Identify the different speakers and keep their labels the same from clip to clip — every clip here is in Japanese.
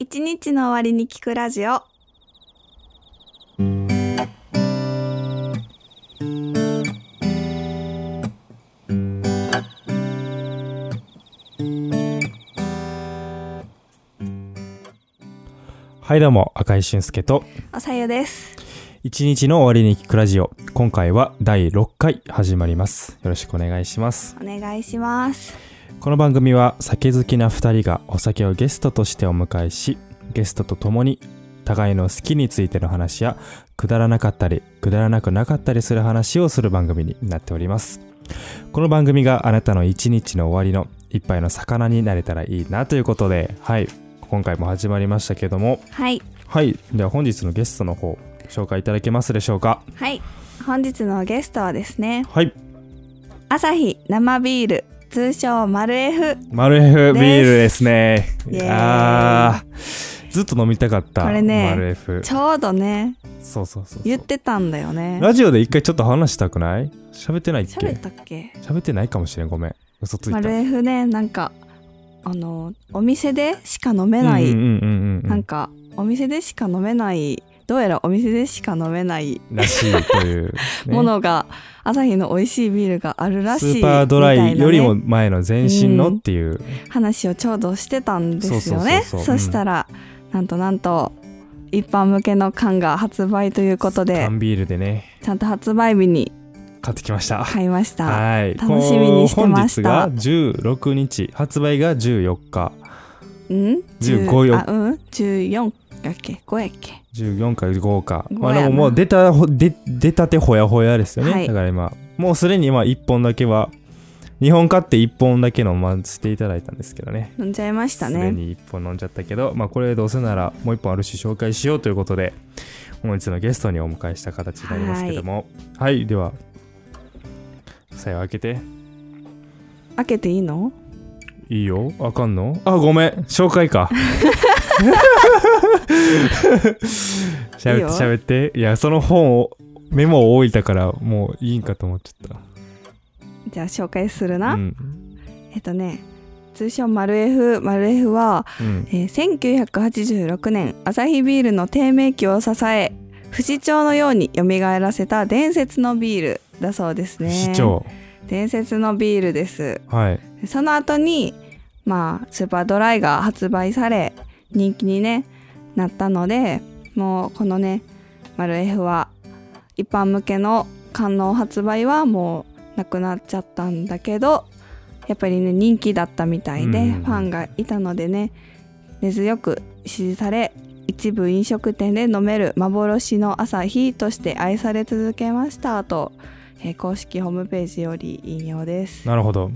Speaker 1: 日の終わりに聞くラジオ
Speaker 2: はいどうも赤井俊介と
Speaker 1: おさゆです
Speaker 2: 一日の終わりに聞くラジオ今回は第6回始まりますよろしくお願いします
Speaker 1: お願いします
Speaker 2: この番組は酒好きな2人がお酒をゲストとしてお迎えしゲストと共に互いの好きについての話やくだらなかったりくだらなくなかったりする話をする番組になっておりますこの番組があなたの一日の終わりの一杯の魚になれたらいいなということではい今回も始まりましたけども
Speaker 1: はい
Speaker 2: はいでは本日のゲストの方紹介いただけますでしょうか
Speaker 1: はい本日のゲストはですね
Speaker 2: はい
Speaker 1: 朝日生ビール通称マルエフ
Speaker 2: マルエフビールですね
Speaker 1: イエーイ
Speaker 2: あーずっと飲みたかった
Speaker 1: これね
Speaker 2: マルエフ
Speaker 1: ちょうどね
Speaker 2: そうそうそうそ
Speaker 1: 言っ
Speaker 2: う
Speaker 1: てたんだよね
Speaker 2: ラジオで一回ちょっと話したくない喋ってないっ
Speaker 1: 喋っ
Speaker 2: け
Speaker 1: たっけ
Speaker 2: 喋ってないかもしれんごめん嘘ついた
Speaker 1: マルエフねなんかあのお店でしか飲め
Speaker 2: うんうん
Speaker 1: ない、
Speaker 2: うんうんう
Speaker 1: なん
Speaker 2: ん
Speaker 1: かお店でしか飲めないどうやらお店でしか飲めない
Speaker 2: らしいと いうね
Speaker 1: ものが、朝日の美味しいビールがあるらし
Speaker 2: ス
Speaker 1: い
Speaker 2: ーパードライよりも
Speaker 1: み
Speaker 2: 前の全身
Speaker 1: う
Speaker 2: の
Speaker 1: ん
Speaker 2: っていう
Speaker 1: たいなね話をちょうどしてたんですよね
Speaker 2: そ
Speaker 1: そう
Speaker 2: そうそうそううん
Speaker 1: したら、なんとなんと一般向けの缶が発売ということで
Speaker 2: 缶ビールでね
Speaker 1: ちゃんと発売日に
Speaker 2: 買ってきました
Speaker 1: 買いました
Speaker 2: はい
Speaker 1: 楽しみにしてました
Speaker 2: こう本日が16日発売が14日
Speaker 1: うん
Speaker 2: 15よ
Speaker 1: あうん14だっけ5やっけ
Speaker 2: 14か5か、まあ、
Speaker 1: 五や
Speaker 2: で
Speaker 1: な
Speaker 2: ももう出たほ出出たてほやほやですよね、
Speaker 1: はい
Speaker 2: だから今もうすでに今1本だけは2本買って1本だけ飲ませていただいたんですけどね
Speaker 1: 飲んじゃいました
Speaker 2: すで
Speaker 1: ね
Speaker 2: に1本飲んじゃったけど、まあ、これどうせならもう1本あるし紹介しようということで本日のゲストにお迎えした形になりますけどもはい、ではさよ開けて
Speaker 1: 開けていいの
Speaker 2: いいよあかんのあごめん紹介か しゃべ
Speaker 1: いい
Speaker 2: っ
Speaker 1: よ
Speaker 2: てしゃべっていやその本をメモを置いたからもういいんかと思っちゃっ
Speaker 1: じゃあ紹介する
Speaker 2: た
Speaker 1: な、
Speaker 2: うん
Speaker 1: えっとね通称マルエフマルエフは
Speaker 2: うん
Speaker 1: えー1986年アサヒビールの低迷期を支え不死鳥のように蘇らせた伝説のビールだそうですね
Speaker 2: 市長
Speaker 1: 伝説のビールです
Speaker 2: はい
Speaker 1: その後にまあスーパードライが発売され人気に、ね、なったのでもうこのねマルエフは一般向けの観音発売はもうなくなっちゃったんだけどやっぱりね人気だったみたいで、
Speaker 2: うん
Speaker 1: ファンがいたのでね根強く支持され一部飲食店で飲める幻の朝日として愛され続けましたと、えー公式ホームページより引用です。
Speaker 2: なるほど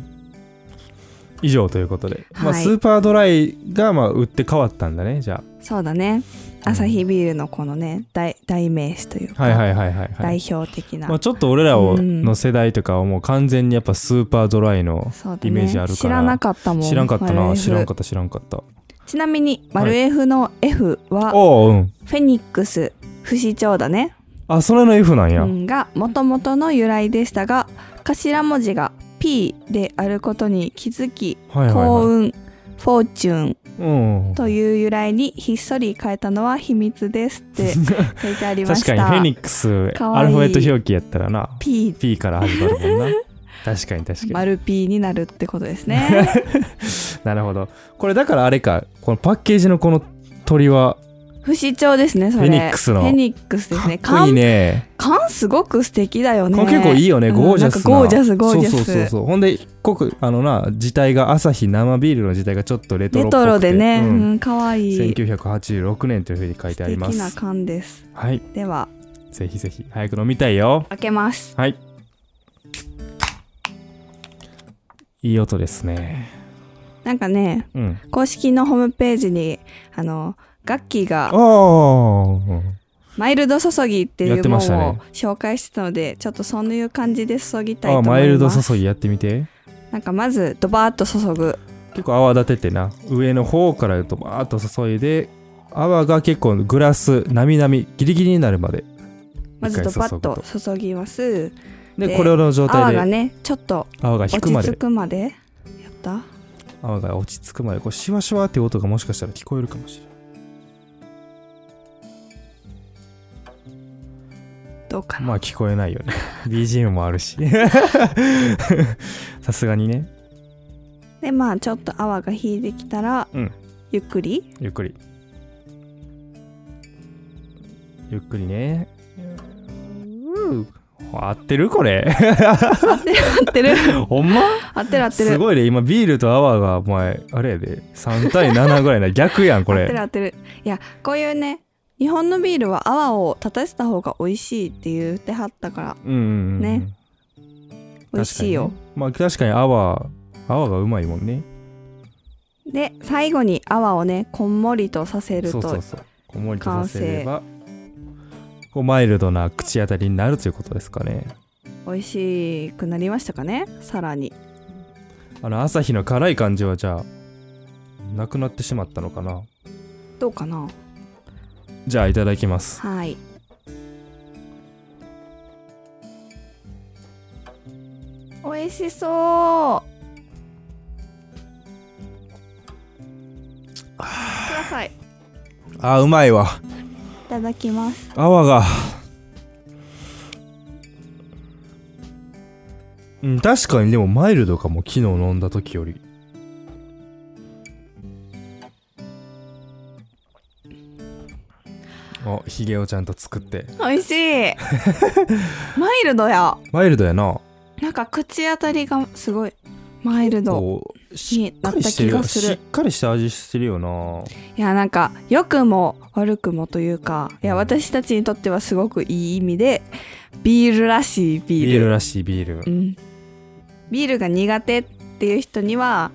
Speaker 2: 以上ということで、まあ、
Speaker 1: はい
Speaker 2: スーパードライがまあ売って変わったんだねじゃ
Speaker 1: そうだねアサヒビールのこのね代代名詞という
Speaker 2: あ
Speaker 1: か、
Speaker 2: はいはいはいはいはい、
Speaker 1: 代表的な、
Speaker 2: まあ、ちょっと俺らをの世代とかはもう完全にやっぱスーパードライの
Speaker 1: そうだね
Speaker 2: イメージあるから
Speaker 1: 知らなかったもん
Speaker 2: 知らんかった
Speaker 1: マルエ
Speaker 2: な
Speaker 1: フ
Speaker 2: 知らんかった知らんかった
Speaker 1: ちなみにマルエフの F は
Speaker 2: おおうん
Speaker 1: フェニックス不死鳥だね、
Speaker 2: あそれの F なん
Speaker 1: う
Speaker 2: や、
Speaker 1: ん、がもともとの由来でしたが頭文字が P であることに気づき
Speaker 2: はいはい
Speaker 1: 幸
Speaker 2: はい
Speaker 1: 運フォーチュン
Speaker 2: うん
Speaker 1: という由来にひっそり変えたのは秘密ですって書いてありまし
Speaker 2: 確
Speaker 1: た
Speaker 2: かにフェニックス
Speaker 1: かわ
Speaker 2: ア
Speaker 1: いい
Speaker 2: ルファベット表記やったらな
Speaker 1: P
Speaker 2: P から始まるもん な確かに確かに
Speaker 1: 丸 P になるってことです ね
Speaker 2: なるほどこれだからあれかこのパッケージのこの鳥は
Speaker 1: 不死鳥ですねそれ
Speaker 2: フェニックスの
Speaker 1: フェニックスですね
Speaker 2: かっこいいね
Speaker 1: 缶缶すごく素敵だよね
Speaker 2: これ結構いいよね
Speaker 1: うん
Speaker 2: ゴージャスな,、
Speaker 1: なんかゴージャスゴージャス
Speaker 2: そうそうそうそうほんで濃くあのな字体が朝日生ビールの字体がちょっとレトロ
Speaker 1: レ
Speaker 2: っぽく
Speaker 1: ト
Speaker 2: て
Speaker 1: ロでね、
Speaker 2: う
Speaker 1: うんん、かわいい
Speaker 2: 1986年というふうに書いてありま
Speaker 1: 素敵な
Speaker 2: す
Speaker 1: 缶です
Speaker 2: はい
Speaker 1: では
Speaker 2: ぜひぜひ早く飲みたいよ
Speaker 1: 開けます
Speaker 2: はい。いい音ですね。
Speaker 1: なんかね
Speaker 2: うん。
Speaker 1: 公式のホームページにあのガッキーが
Speaker 2: おー
Speaker 1: マイルド注ぎってい
Speaker 2: やっ
Speaker 1: う
Speaker 2: て
Speaker 1: も
Speaker 2: ましたね
Speaker 1: のを紹介してたのでちょっとそういう感じで注ぎたいと
Speaker 2: あ、
Speaker 1: 思います
Speaker 2: マイルド注ぎやってみて。
Speaker 1: なんかまずドバーッと注ぐ
Speaker 2: 結構泡立ててな。上の方からドバーッと注いで、泡が結構グラス、なみなみ、ギリギリになるまで。
Speaker 1: まずドバッ
Speaker 2: 一
Speaker 1: と
Speaker 2: 回
Speaker 1: 注ぎます
Speaker 2: で、
Speaker 1: で
Speaker 2: これの状
Speaker 1: 泡
Speaker 2: 態
Speaker 1: が
Speaker 2: で
Speaker 1: ねちょっと
Speaker 2: 泡が引
Speaker 1: 落
Speaker 2: くま
Speaker 1: ち着
Speaker 2: で、
Speaker 1: くまでやった
Speaker 2: 泡が落ち着くまで、こうシュワシュワっていう音がもしかしたら聞こえるかもしれない。
Speaker 1: どうかな、
Speaker 2: まあ聞こえないよ ね BGM もあるし さすがにね
Speaker 1: でまあちょっと泡が引いてきたら、
Speaker 2: うん
Speaker 1: ゆっくり
Speaker 2: ゆっくりゆっくりねうー合ってるこれ
Speaker 1: 合ってる
Speaker 2: ほんま
Speaker 1: 合ってる合って
Speaker 2: す
Speaker 1: る
Speaker 2: ごいね今ビールと泡がお前あれやで3対7ぐら いな逆やんこ
Speaker 1: 合ってる
Speaker 2: れ
Speaker 1: 合ってるいやこういうね日本のビールは泡を立たせた方が美味しいって言ってはったから
Speaker 2: うんうんうん
Speaker 1: ね美味しいよ、
Speaker 2: 確かにねまあ確かに泡泡がうまいもんね
Speaker 1: で最後に泡をねこんもりとさせる
Speaker 2: そ
Speaker 1: と
Speaker 2: うそうそうこもりとさせればこうマイルドな口当たりになるということですかね
Speaker 1: 美味しくなりましたかねさらに
Speaker 2: あの朝日の辛い感じはじゃあなくなってしまったのかな
Speaker 1: どうかな
Speaker 2: じゃあいただきます
Speaker 1: はい美味し そうくださいい
Speaker 2: あーうまいわ
Speaker 1: ただきます
Speaker 2: 泡がうん確かにでもマイルドかも昨日飲んだ時よりおひげをちゃんと作って
Speaker 1: 美味し いマイルドや
Speaker 2: マイルドやな
Speaker 1: なんか口当たりがすごいマイルド
Speaker 2: こうしっかりして
Speaker 1: なった気
Speaker 2: る
Speaker 1: がする
Speaker 2: しっかりした味してるよない
Speaker 1: やなんか良くも悪くもというかいや
Speaker 2: うん
Speaker 1: 私たちにとってはすごくいい意味でビールらしいビール
Speaker 2: ビールらしいビール、
Speaker 1: うん、ビールが苦手っていう人には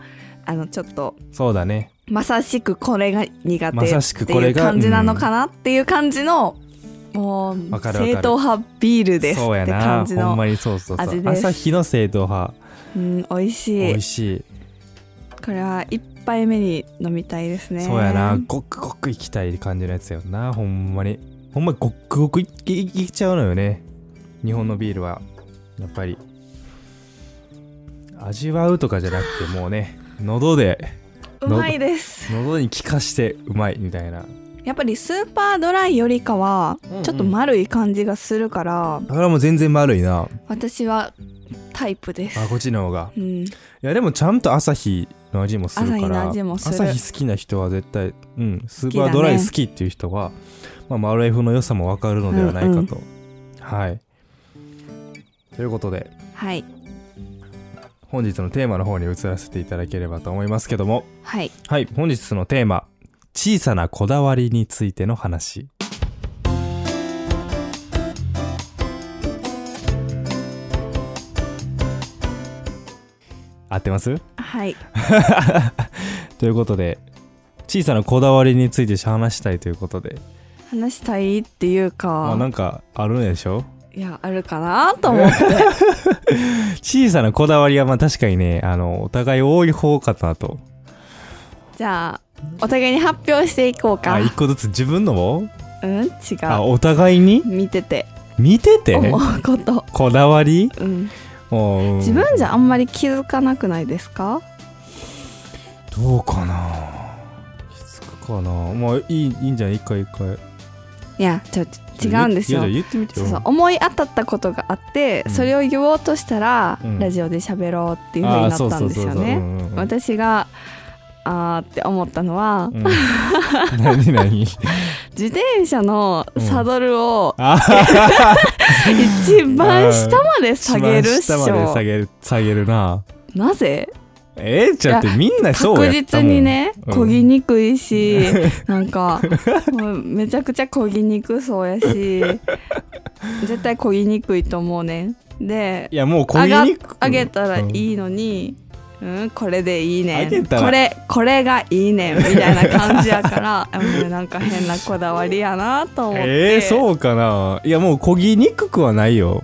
Speaker 1: あのちょっと
Speaker 2: そうだね
Speaker 1: まさしくこれが苦
Speaker 2: ま
Speaker 1: 手
Speaker 2: さ
Speaker 1: っ
Speaker 2: しく
Speaker 1: て
Speaker 2: こ
Speaker 1: い
Speaker 2: れ
Speaker 1: う
Speaker 2: が
Speaker 1: 感じなのかなっていう感じの、もう
Speaker 2: わかるわかる
Speaker 1: 正統派ビールです
Speaker 2: そう
Speaker 1: っ
Speaker 2: や
Speaker 1: て感
Speaker 2: な
Speaker 1: じ
Speaker 2: ほん
Speaker 1: の、
Speaker 2: まにそうそうそ
Speaker 1: 味
Speaker 2: う
Speaker 1: です
Speaker 2: 朝日の正統派
Speaker 1: うん、美味しい
Speaker 2: 美味しい
Speaker 1: これは一杯目に飲みたいですね
Speaker 2: そうやなごくごくいきたい感じのやつやんなほんまにほんまごくごくいきいきちゃうのよね日本のビールはやっぱり味わうとかじゃなくてもうね喉で
Speaker 1: うまいです
Speaker 2: 喉に効かしてうまいみたいな
Speaker 1: やっぱりスーパードライよりかは
Speaker 2: うんうん
Speaker 1: ちょっと丸い感じがするから、
Speaker 2: だからもう全然丸いな
Speaker 1: 私はタイプです
Speaker 2: あこっちの方が
Speaker 1: うん、
Speaker 2: いやでもちゃんと朝日の味もするから
Speaker 1: 朝日の味もする
Speaker 2: 朝日好きな人は絶対、うん、スー
Speaker 1: きだ
Speaker 2: パ
Speaker 1: ね
Speaker 2: ードライ好きっていう人は、まあ、マルエフの良さも分かるのではないかと、はいということで
Speaker 1: はい
Speaker 2: 本日のテーマの方に移らせていただければと思いますけども
Speaker 1: はい
Speaker 2: はい本日のテーマ「小さなこだわりについての話」合ってます
Speaker 1: はい
Speaker 2: ということで小さなこだわりについて話したいということで
Speaker 1: 話したいっていうか、
Speaker 2: まあなんかあるんでしょ
Speaker 1: いやあるかなと思って
Speaker 2: 小さなこだわりはまあ確かにねあのお互い多い方かなと
Speaker 1: じゃあお互いに発表していこうか
Speaker 2: あ一個ずつ自分のも
Speaker 1: うん違う
Speaker 2: あお互いに
Speaker 1: 見てて
Speaker 2: 見てて
Speaker 1: 思うこと、
Speaker 2: こだわり
Speaker 1: うん、
Speaker 2: もう
Speaker 1: 自分じゃあんまり気づかなくないですか
Speaker 2: どうかな気づくかなまあいいいいんじゃない一回一回
Speaker 1: いやちょ違うんですよ
Speaker 2: いやじゃあ言ってみて
Speaker 1: そ
Speaker 2: よ
Speaker 1: うそう思い当たったことがあって、
Speaker 2: うん
Speaker 1: それを言おうとしたら、
Speaker 2: うん
Speaker 1: ラジオで喋ろうっていう風
Speaker 2: あ
Speaker 1: に
Speaker 2: あ
Speaker 1: なったんですよ
Speaker 2: そうそうそうそうう
Speaker 1: ね
Speaker 2: んうんうん
Speaker 1: 私があーって思ったの は、
Speaker 2: うん何何
Speaker 1: 自転車のサドルを
Speaker 2: ああ
Speaker 1: 一番下まで下げるっし
Speaker 2: 一番下まで
Speaker 1: ょ
Speaker 2: 下げる下げるな
Speaker 1: なぜ
Speaker 2: えー、ちゃってみんなそう
Speaker 1: 確
Speaker 2: やった
Speaker 1: 実
Speaker 2: もん
Speaker 1: にね
Speaker 2: うん
Speaker 1: 漕ぎにくいし、なんかもうめちゃくちゃ漕ぎにくそうや し絶対漕ぎにくいと思うねで
Speaker 2: いやもうこ
Speaker 1: 上
Speaker 2: ぎ
Speaker 1: が
Speaker 2: にく
Speaker 1: 上げたら
Speaker 2: い、
Speaker 1: いいのに、うん、これでいいね
Speaker 2: 上げ
Speaker 1: ん
Speaker 2: たら
Speaker 1: これこれがいいねんみたいな感じやから あもうなんか変なこだわりやなと思って、
Speaker 2: えー、そうかないやもうこぎにくくはないよ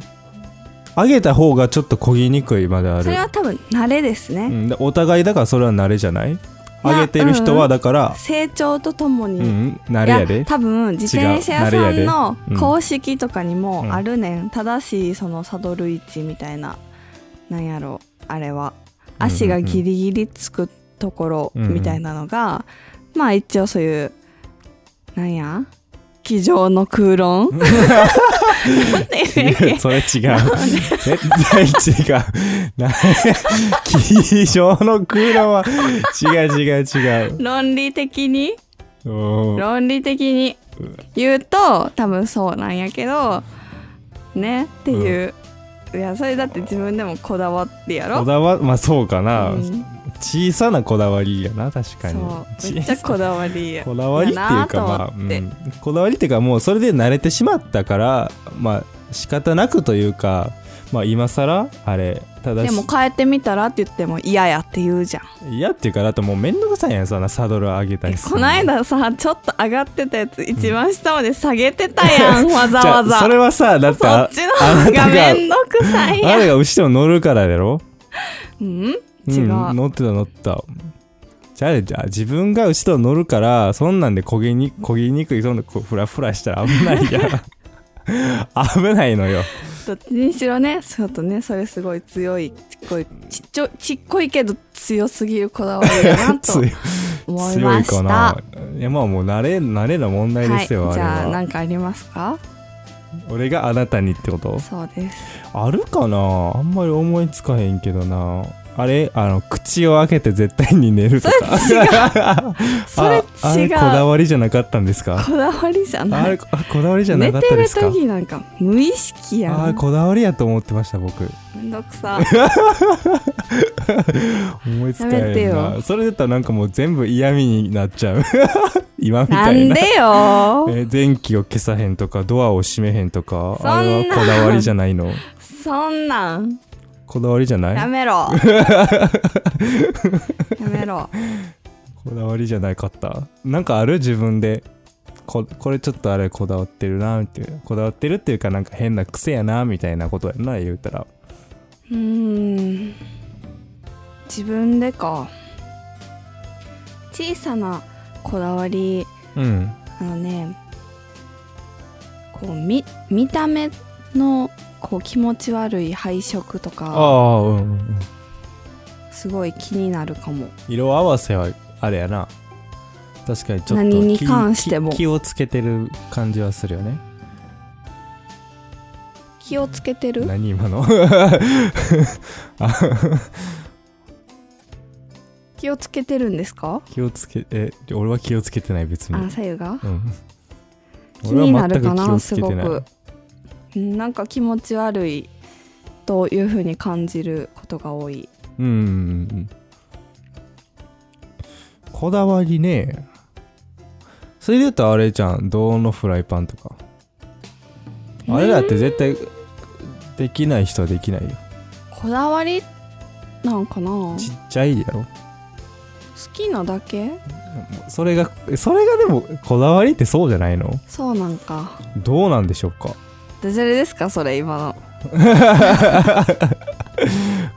Speaker 2: 上げた方がちょっとこぎにくいまである
Speaker 1: それは多分慣れですね、
Speaker 2: うん、だお互いだからそれは慣れじゃない
Speaker 1: まあ
Speaker 2: 上げてる人はだから、
Speaker 1: 成長とともに、
Speaker 2: うん慣
Speaker 1: い
Speaker 2: れや
Speaker 1: や
Speaker 2: で
Speaker 1: 多分自転車屋さ
Speaker 2: 違
Speaker 1: ん
Speaker 2: う慣
Speaker 1: の
Speaker 2: れやで
Speaker 1: 公式とかに
Speaker 2: うん
Speaker 1: もあるねん、正しいそのサドル位置みたいななんやろあれは
Speaker 2: うんうん
Speaker 1: 足がギリギリつくところみたいなのが、まあ一応そういうなんや机上の空論なんて言うん やっけ
Speaker 2: それ違う。絶対違う。な、 気象の空論は違う違う違う。
Speaker 1: 論理的に
Speaker 2: うん
Speaker 1: 論理的に言うと多分そうなんやけどねっていう、いやそれだって自分でもこだわってや
Speaker 2: こ
Speaker 1: ろ
Speaker 2: だわ、まあそうかな。
Speaker 1: うん
Speaker 2: 小さなこだわりやな、確かに。
Speaker 1: そうめ
Speaker 2: 小
Speaker 1: っちゃ
Speaker 2: さ
Speaker 1: こだわりや
Speaker 2: こだわりっていうか
Speaker 1: やな
Speaker 2: まあ、
Speaker 1: と
Speaker 2: う
Speaker 1: 思って
Speaker 2: ん、こだわりっていうかもうそれで慣れてしまったからまあ仕方なくというかまあ今更あれただ
Speaker 1: で
Speaker 2: し
Speaker 1: も変えてみたらって言っても嫌やって言うじゃん
Speaker 2: 嫌っていうかだってもう面倒くさいやんそんなサドル上げたりする
Speaker 1: こないださちょっと上がってたやつ一番下まで下げてたや ん、わざわ
Speaker 2: じゃ
Speaker 1: ざ
Speaker 2: あそれはさだって
Speaker 1: そ
Speaker 2: あ
Speaker 1: っちの方がめんどくさい
Speaker 2: あ
Speaker 1: やん
Speaker 2: れが後ろ乗るからやろ
Speaker 1: うん違う、
Speaker 2: ん乗ってた乗ってたじゃあじゃあ自分が後ろ乗るからそんなんで焦げに焦げにくいそんなこうフラフラしたら 危ないやん危ないのよ
Speaker 1: どっちにしろねちょっとねそれすごい強いちっこいちっちょちっこいけど強すぎるこだわりだなと
Speaker 2: 強い
Speaker 1: 思い
Speaker 2: 強
Speaker 1: ま
Speaker 2: い
Speaker 1: した
Speaker 2: かないやまあもう慣れ慣れの問題ですよ、
Speaker 1: はい、じ
Speaker 2: あ
Speaker 1: ゃあ
Speaker 2: れは
Speaker 1: 何かありますか
Speaker 2: 俺があなたにってこと
Speaker 1: そうです
Speaker 2: あるかなあんまり思いつかへんけどなあれあの口を開けて絶対に寝るとか
Speaker 1: それ違 それ違う
Speaker 2: ああれこだわりじゃなかったんですか
Speaker 1: こだわりじゃ
Speaker 2: あ
Speaker 1: な
Speaker 2: れ
Speaker 1: い
Speaker 2: こあこだわりじゃな
Speaker 1: 寝
Speaker 2: かってたで
Speaker 1: る
Speaker 2: すか
Speaker 1: 時なんか無意識や
Speaker 2: あー
Speaker 1: ん
Speaker 2: こだわりやと思ってました僕
Speaker 1: めんどく さ
Speaker 2: 思いつか
Speaker 1: やめて
Speaker 2: へんな
Speaker 1: よ
Speaker 2: それだったらなんかもう全部嫌味になっちゃう 今み
Speaker 1: な
Speaker 2: たい
Speaker 1: ん
Speaker 2: な
Speaker 1: でよ
Speaker 2: えー電気を消さへんとかドアを閉めへんとか
Speaker 1: そんな
Speaker 2: あれはこだわりじゃないの
Speaker 1: そんなん
Speaker 2: こだわりじゃな
Speaker 1: や
Speaker 2: い
Speaker 1: め ろやめろ
Speaker 2: こだわりじゃなかったなんかある自分でここれちょっとあれこだわってるなっていうこだわってるっていうかなんか変な癖やなみたいなことやな言うたら
Speaker 1: うーん自分でか小さなこだわり
Speaker 2: うん
Speaker 1: あのねこう見見た目のこう気持ち悪い配色と
Speaker 2: あ
Speaker 1: か
Speaker 2: あうんうんうん
Speaker 1: すごい気になるかも
Speaker 2: 色合わせはあれやな確かにちょっと
Speaker 1: 何に
Speaker 2: 気
Speaker 1: 関しても
Speaker 2: 気気をつけてる感じはするよね
Speaker 1: 気をつけてる
Speaker 2: 何今の
Speaker 1: 気をつけてるんですか
Speaker 2: 気をつけえ俺は気をつけてない別に
Speaker 1: あ左右が
Speaker 2: うん
Speaker 1: 気になるか
Speaker 2: 俺
Speaker 1: な
Speaker 2: は
Speaker 1: す
Speaker 2: 全
Speaker 1: ご
Speaker 2: く気をつけてない
Speaker 1: くうんなんか気持ち悪いというふうに感じることが多い
Speaker 2: うんうんうんうんこだわりねそれで言うとあれじゃん銅のフライパンとかあれだって絶対できない人はできないよ
Speaker 1: こだわりなんかな好
Speaker 2: ちっちゃいやろ
Speaker 1: きなだけ
Speaker 2: それがそれがでもこだわりってそうじゃないの
Speaker 1: そうなんか
Speaker 2: どうなんでしょうか
Speaker 1: ダジャレですかそれ今の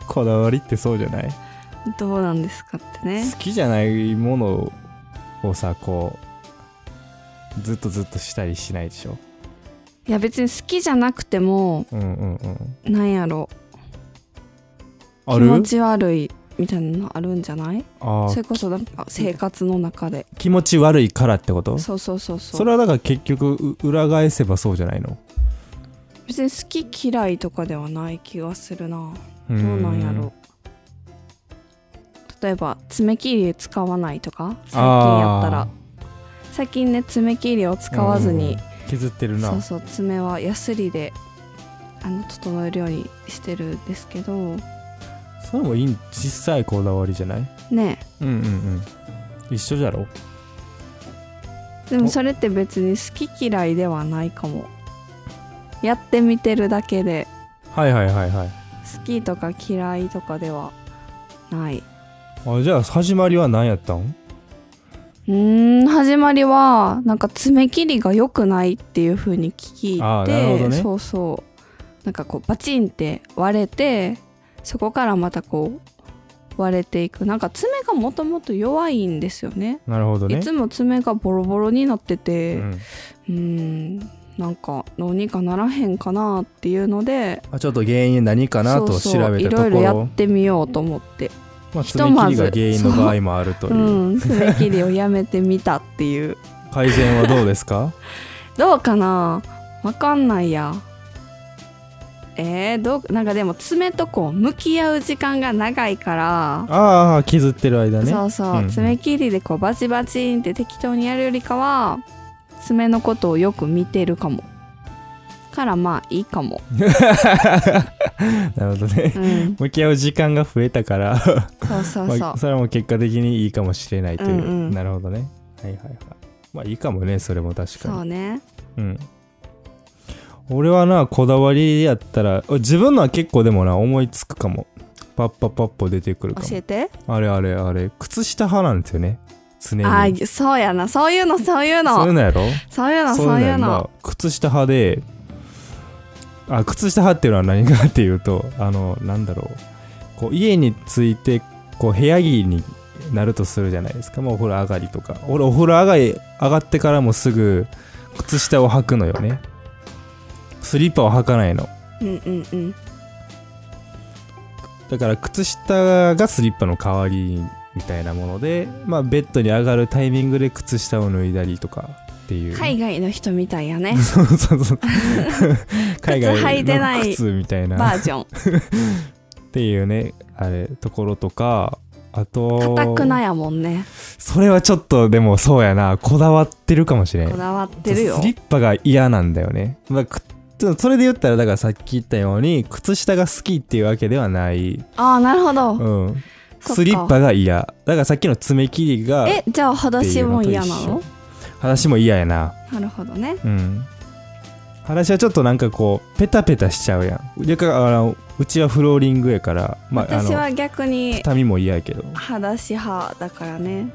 Speaker 2: こだわりってそうじゃない
Speaker 1: どうなんですかってね
Speaker 2: 好きじゃないものをさこうずっとずっとしたりしないでしょ
Speaker 1: いや別に好きじゃなくても
Speaker 2: うんうんうん
Speaker 1: なんやろ
Speaker 2: あ
Speaker 1: 気
Speaker 2: る
Speaker 1: 持ち悪いみたいなのあるんじゃない
Speaker 2: あー
Speaker 1: それこそなんか生活の中で
Speaker 2: 気持ち悪いからってことそ
Speaker 1: そうそうそうそう
Speaker 2: れはだから結局う裏返せばそうじゃないの
Speaker 1: 別に好き嫌いとかではない気がするな
Speaker 2: ど
Speaker 1: どうなんやろ例えば爪切り使わないとか最近やったら最近ね爪切りを使わずに
Speaker 2: 削ってるな
Speaker 1: そうそう爪はヤスリであの整えるようにしてるんですけど
Speaker 2: それもいい小さいこだわりじゃない
Speaker 1: ね
Speaker 2: うんうんうん一緒じゃろ
Speaker 1: えでもそれって別に好き嫌いではないかもやってみてるだけで
Speaker 2: はいはいはいはい
Speaker 1: 好きとか嫌いとかではない
Speaker 2: あじゃあ始まりは何やったん
Speaker 1: うーん始まりはなんか爪切りが良くないっていう風に聞
Speaker 2: あ
Speaker 1: い
Speaker 2: ーなるほ
Speaker 1: て、
Speaker 2: どね
Speaker 1: そうそうなんかこうバチンって割れてそこからまたこう割れていくなんか爪がもともと弱いんですよね
Speaker 2: なるほどね
Speaker 1: いつも爪がボロボロになって
Speaker 2: う
Speaker 1: てうんーんなんかどうにかならへんかなっていうので
Speaker 2: あちょっと原因何かなと調べたとこ
Speaker 1: そ
Speaker 2: ろ
Speaker 1: うそういろいろやってみようと思って
Speaker 2: まあ、
Speaker 1: ひとま
Speaker 2: 爪切り
Speaker 1: ず
Speaker 2: が原因の場合もあるという
Speaker 1: うん爪切りをやめてみたっていう
Speaker 2: 改善はどうですか
Speaker 1: どうかなわかんないやえー、どうなんかでも爪とこう向き合う時間が長いから、
Speaker 2: ああ削ってる間ね
Speaker 1: そうそう、
Speaker 2: うん
Speaker 1: 爪切りでこうバチバチンって適当にやるよりかは爪のことをよく見てるかもからまあいいかも、
Speaker 2: なるほどね
Speaker 1: うん、
Speaker 2: 向き合う時間が増えたから
Speaker 1: そうそうそ
Speaker 2: ま
Speaker 1: う
Speaker 2: あ、それも結果的にいいかもしれないという、
Speaker 1: うんうん
Speaker 2: なるほどねはいはいはいまあいいかもねそれも確かに
Speaker 1: そうね
Speaker 2: うん俺はなこだわりやったら自分のは結構でもな思いつくかもパッパッパッパ出てくるか
Speaker 1: 教
Speaker 2: も
Speaker 1: えて
Speaker 2: あれあれあれ靴下派なんですよね常に
Speaker 1: あーそうやなそういうのそういう
Speaker 2: そうい
Speaker 1: の
Speaker 2: うのやろ
Speaker 1: そういうのそういう
Speaker 2: やんな
Speaker 1: の
Speaker 2: 靴下派であ靴下派っていうのは何かっていうとあのなんだろうこう家についてこう部屋着になるとするじゃないですか、まあ、お風呂上がりとか俺お風呂上がり上がってからもすぐ靴下を履くのよねスリッパを履かないの
Speaker 1: うんうんうん
Speaker 2: だから靴下がスリッパの代わりみたいなもので、まあ、ベッドに上がるタイミングで靴下を脱いだりとかっていう
Speaker 1: 海外の人みたいやね
Speaker 2: そうそ うそう海外
Speaker 1: 靴履いてな
Speaker 2: の
Speaker 1: い
Speaker 2: 靴みたいな
Speaker 1: バ
Speaker 2: っ
Speaker 1: ージョン
Speaker 2: ていうねあれところとかあ と
Speaker 1: 硬くなやもんね
Speaker 2: それはちょっとでもそうやなこだわってるかもしれん
Speaker 1: こだわってるよ
Speaker 2: スリッパが嫌なんだよね、まあ、くそれで言ったらだからさっき言ったように靴下が好きっていうわけではない、
Speaker 1: ああなるほど、
Speaker 2: うん、
Speaker 1: そっか
Speaker 2: スリッパが嫌だからさっきの爪切りが
Speaker 1: えじゃあ裸足も嫌な
Speaker 2: っていうの
Speaker 1: の
Speaker 2: 話も嫌やな
Speaker 1: なるほどね
Speaker 2: うん話はちょっとなんかこうペタペタしちゃうやんだからあのうちはフローリングやからまああ
Speaker 1: 私
Speaker 2: の
Speaker 1: は逆に
Speaker 2: 畳も嫌やけど
Speaker 1: 裸足派だからね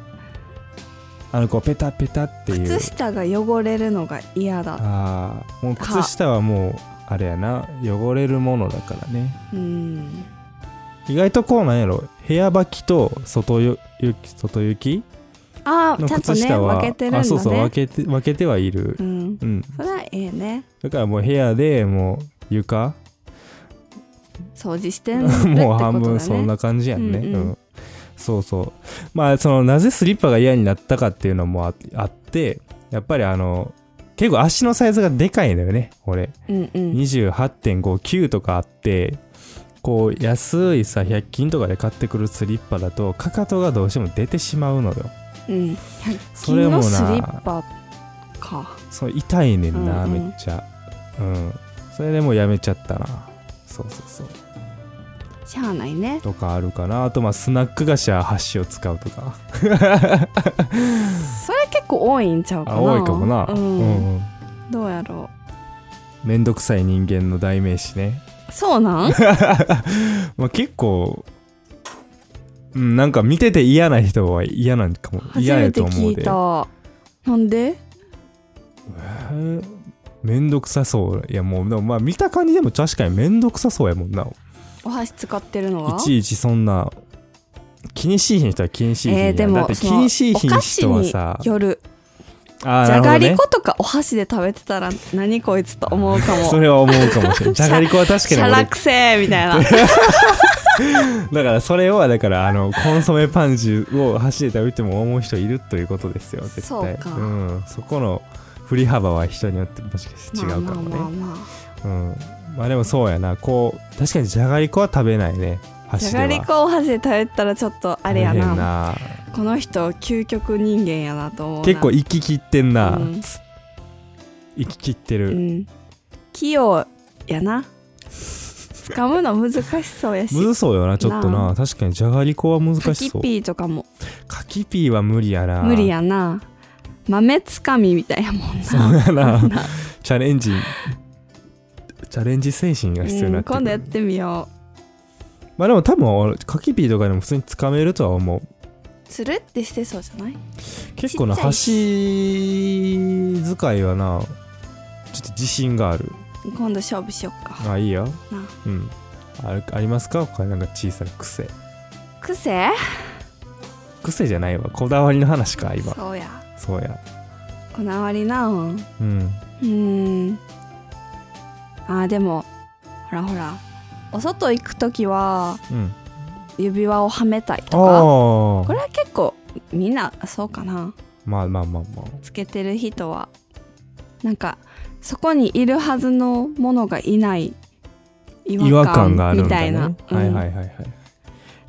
Speaker 2: あのこうペタペタっていう
Speaker 1: 靴下が汚れるのが嫌だ
Speaker 2: ああもう靴下はもうあれやな汚れるものだからね
Speaker 1: うん
Speaker 2: 意外とこうなんやろ部屋履きと外よゆ外行き
Speaker 1: ああ
Speaker 2: の
Speaker 1: ちゃんと
Speaker 2: 靴
Speaker 1: ね
Speaker 2: 下は、
Speaker 1: 分けてるんだね
Speaker 2: あそうそう分けて分けてはいる
Speaker 1: うん
Speaker 2: うん
Speaker 1: それはええね
Speaker 2: だからもう部屋でもう床
Speaker 1: 掃除してん
Speaker 2: もう半
Speaker 1: ってことだ
Speaker 2: 分
Speaker 1: ね
Speaker 2: そんな感じやんね、
Speaker 1: う
Speaker 2: うんん
Speaker 1: うん
Speaker 2: そうそうまあそのなぜスリッパが嫌になったかっていうのもああってやっぱりあの結構足のサイズがでかいんだよね俺
Speaker 1: うんうん
Speaker 2: 28.59とかあってこう安いさ100均とかで買ってくるスリッパだとかかとがどうしても出てしまうのよ
Speaker 1: うん
Speaker 2: それ
Speaker 1: 金の
Speaker 2: もな
Speaker 1: スリッパか
Speaker 2: そう痛いねんな、
Speaker 1: うんうん
Speaker 2: めっちゃうんそれでもうやめちゃったなそうそうそう
Speaker 1: しゃあないね
Speaker 2: とかあるかなあとまあスナック菓子は箸を使うとか
Speaker 1: それ結構多いんちゃうかな
Speaker 2: あ多いかもな、
Speaker 1: う
Speaker 2: うん
Speaker 1: ん
Speaker 2: うん
Speaker 1: どうやろ
Speaker 2: めんどくさい人間の代名詞ね、
Speaker 1: うそうなん
Speaker 2: まあ、結構、うん、なんか見てて嫌な人は嫌なんかも
Speaker 1: 初
Speaker 2: 嫌
Speaker 1: め
Speaker 2: や
Speaker 1: て
Speaker 2: と思
Speaker 1: 聞
Speaker 2: う
Speaker 1: い
Speaker 2: で
Speaker 1: たなんで
Speaker 2: へえめんどくさそういやもうでもまあ見た感じでも確かにめんどくさそうやもんな
Speaker 1: お箸使ってるのはい
Speaker 2: ちいちそんな気にしいひん人は気にしいひんやん、
Speaker 1: えーでも
Speaker 2: だって気にしいひん人はさ
Speaker 1: よる
Speaker 2: あー
Speaker 1: じゃがり
Speaker 2: なるほどね
Speaker 1: ことかお箸で食べてたら何こいつと思うか
Speaker 2: そ
Speaker 1: も。
Speaker 2: れは思うかも しれないじゃがりこは確
Speaker 1: し
Speaker 2: かに
Speaker 1: ゃ
Speaker 2: 俺
Speaker 1: らくせえみたいな。
Speaker 2: だからそれはだからあのコンソメパンチを走れたべても思う人いるということですよ絶対
Speaker 1: そうか
Speaker 2: ん、そこの振り幅は人によってもしかして 違うかも
Speaker 1: ま
Speaker 2: ね、
Speaker 1: あまあまあま
Speaker 2: うん、まあでもそうやなこう確かにじゃがりこは食べないね
Speaker 1: あ。
Speaker 2: 箸
Speaker 1: じ
Speaker 2: で
Speaker 1: ゃ
Speaker 2: は
Speaker 1: がりこお箸で食べてたらちょっとあれや
Speaker 2: 食べへ
Speaker 1: な。
Speaker 2: んな
Speaker 1: この人究極人間やなと思うな。
Speaker 2: 結構息切ってんな、
Speaker 1: うん
Speaker 2: 息切って
Speaker 1: う
Speaker 2: る、
Speaker 1: ん。器用やな。掴むの難しそうやし。
Speaker 2: むずそうよなちょっとな確かにじゃがりこは難
Speaker 1: カ
Speaker 2: し
Speaker 1: キ
Speaker 2: そう
Speaker 1: ピーとかも
Speaker 2: かきピーは無理やな
Speaker 1: 無理やな。豆つかみみたいやもん
Speaker 2: そうやなチャレンジチャレンジ精神が必要に
Speaker 1: う
Speaker 2: なっ
Speaker 1: ん
Speaker 2: てくる、
Speaker 1: 今度やってみよ
Speaker 2: まあでも多分俺カキピーとかでも普通につかめるとは思う
Speaker 1: う。つるってしてそうじゃない
Speaker 2: 結構な
Speaker 1: ちっちゃい
Speaker 2: 箸使いはなちょっと自信がある
Speaker 1: 今度勝負しよっか。
Speaker 2: あいいよ
Speaker 1: な
Speaker 2: うんあるありますか他になんか小さな癖
Speaker 1: 癖
Speaker 2: 癖じゃないわこだわりの話か今
Speaker 1: そうや。
Speaker 2: そうや
Speaker 1: こだわりなうんう
Speaker 2: うん
Speaker 1: ーんあーでもほらほらお外行く時は
Speaker 2: うん
Speaker 1: 指輪をはめたりと
Speaker 2: あ
Speaker 1: か
Speaker 2: あ
Speaker 1: これは結構みんなそうかな
Speaker 2: まあまあまあまあ
Speaker 1: つけてる人はなんかそこにいるはずのものがいない違
Speaker 2: 違和感があるん
Speaker 1: み
Speaker 2: だ
Speaker 1: た
Speaker 2: ね
Speaker 1: いな、うん
Speaker 2: はいはいはいはい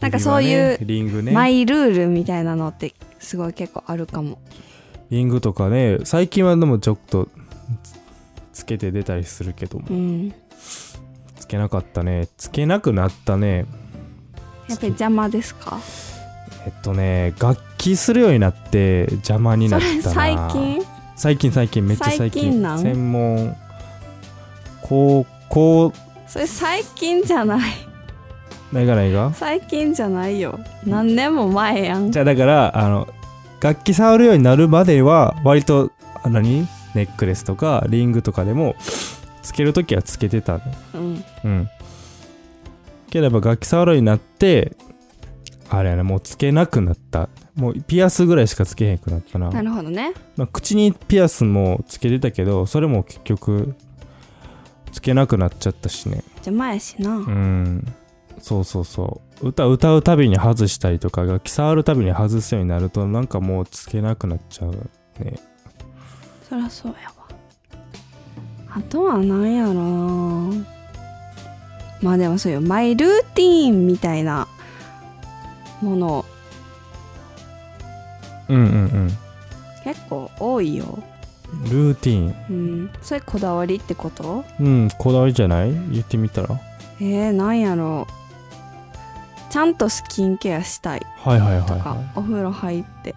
Speaker 1: なんかそういう
Speaker 2: リングはねリングね
Speaker 1: マイルールみたいなのってすごい結構あるかも
Speaker 2: リングとかね最近はでもちょっとつつけて出たりするけども
Speaker 1: うん
Speaker 2: つけなかったねつけなくなったね
Speaker 1: やっぱり邪魔ですか
Speaker 2: えっとね楽器するようになって邪魔にな
Speaker 1: そ
Speaker 2: った
Speaker 1: れ
Speaker 2: な
Speaker 1: 最近
Speaker 2: 最近最近めっちゃ最
Speaker 1: 最
Speaker 2: 近
Speaker 1: 近なん
Speaker 2: 専門高校
Speaker 1: それ最近じゃない
Speaker 2: ないがないが
Speaker 1: 最近じゃないよ何年も前やん
Speaker 2: じゃあだからあの楽器触るようになるまでは割とあ何ネックレスとかリングとかでもつけるときはつけてたの
Speaker 1: うん
Speaker 2: うんければ楽器触るようになってあれやなもうつけなくなったもうピアスぐらいしかつけへんくなったな
Speaker 1: なるほどね
Speaker 2: まあ、口にピアスもつけてたけどそれも結局つけなくなっちゃったしね
Speaker 1: 邪魔やしな、
Speaker 2: うんそうそうそう歌歌うたびに外したりとか楽器触るたびに外すようになるとなんかもうつけなくなっちゃうね
Speaker 1: そりゃそうやわあとは何やろなまあでもそういうマイルーティーンみたいなもの
Speaker 2: うんうんうん
Speaker 1: 結構多いよ、
Speaker 2: ルーティー
Speaker 1: うん、それこだわりってこと
Speaker 2: ンうんこだわりじゃない言ってみたら
Speaker 1: えー、何やろうちゃんとスキンケアしたい
Speaker 2: はいはいはい
Speaker 1: とか、
Speaker 2: は
Speaker 1: お風呂入って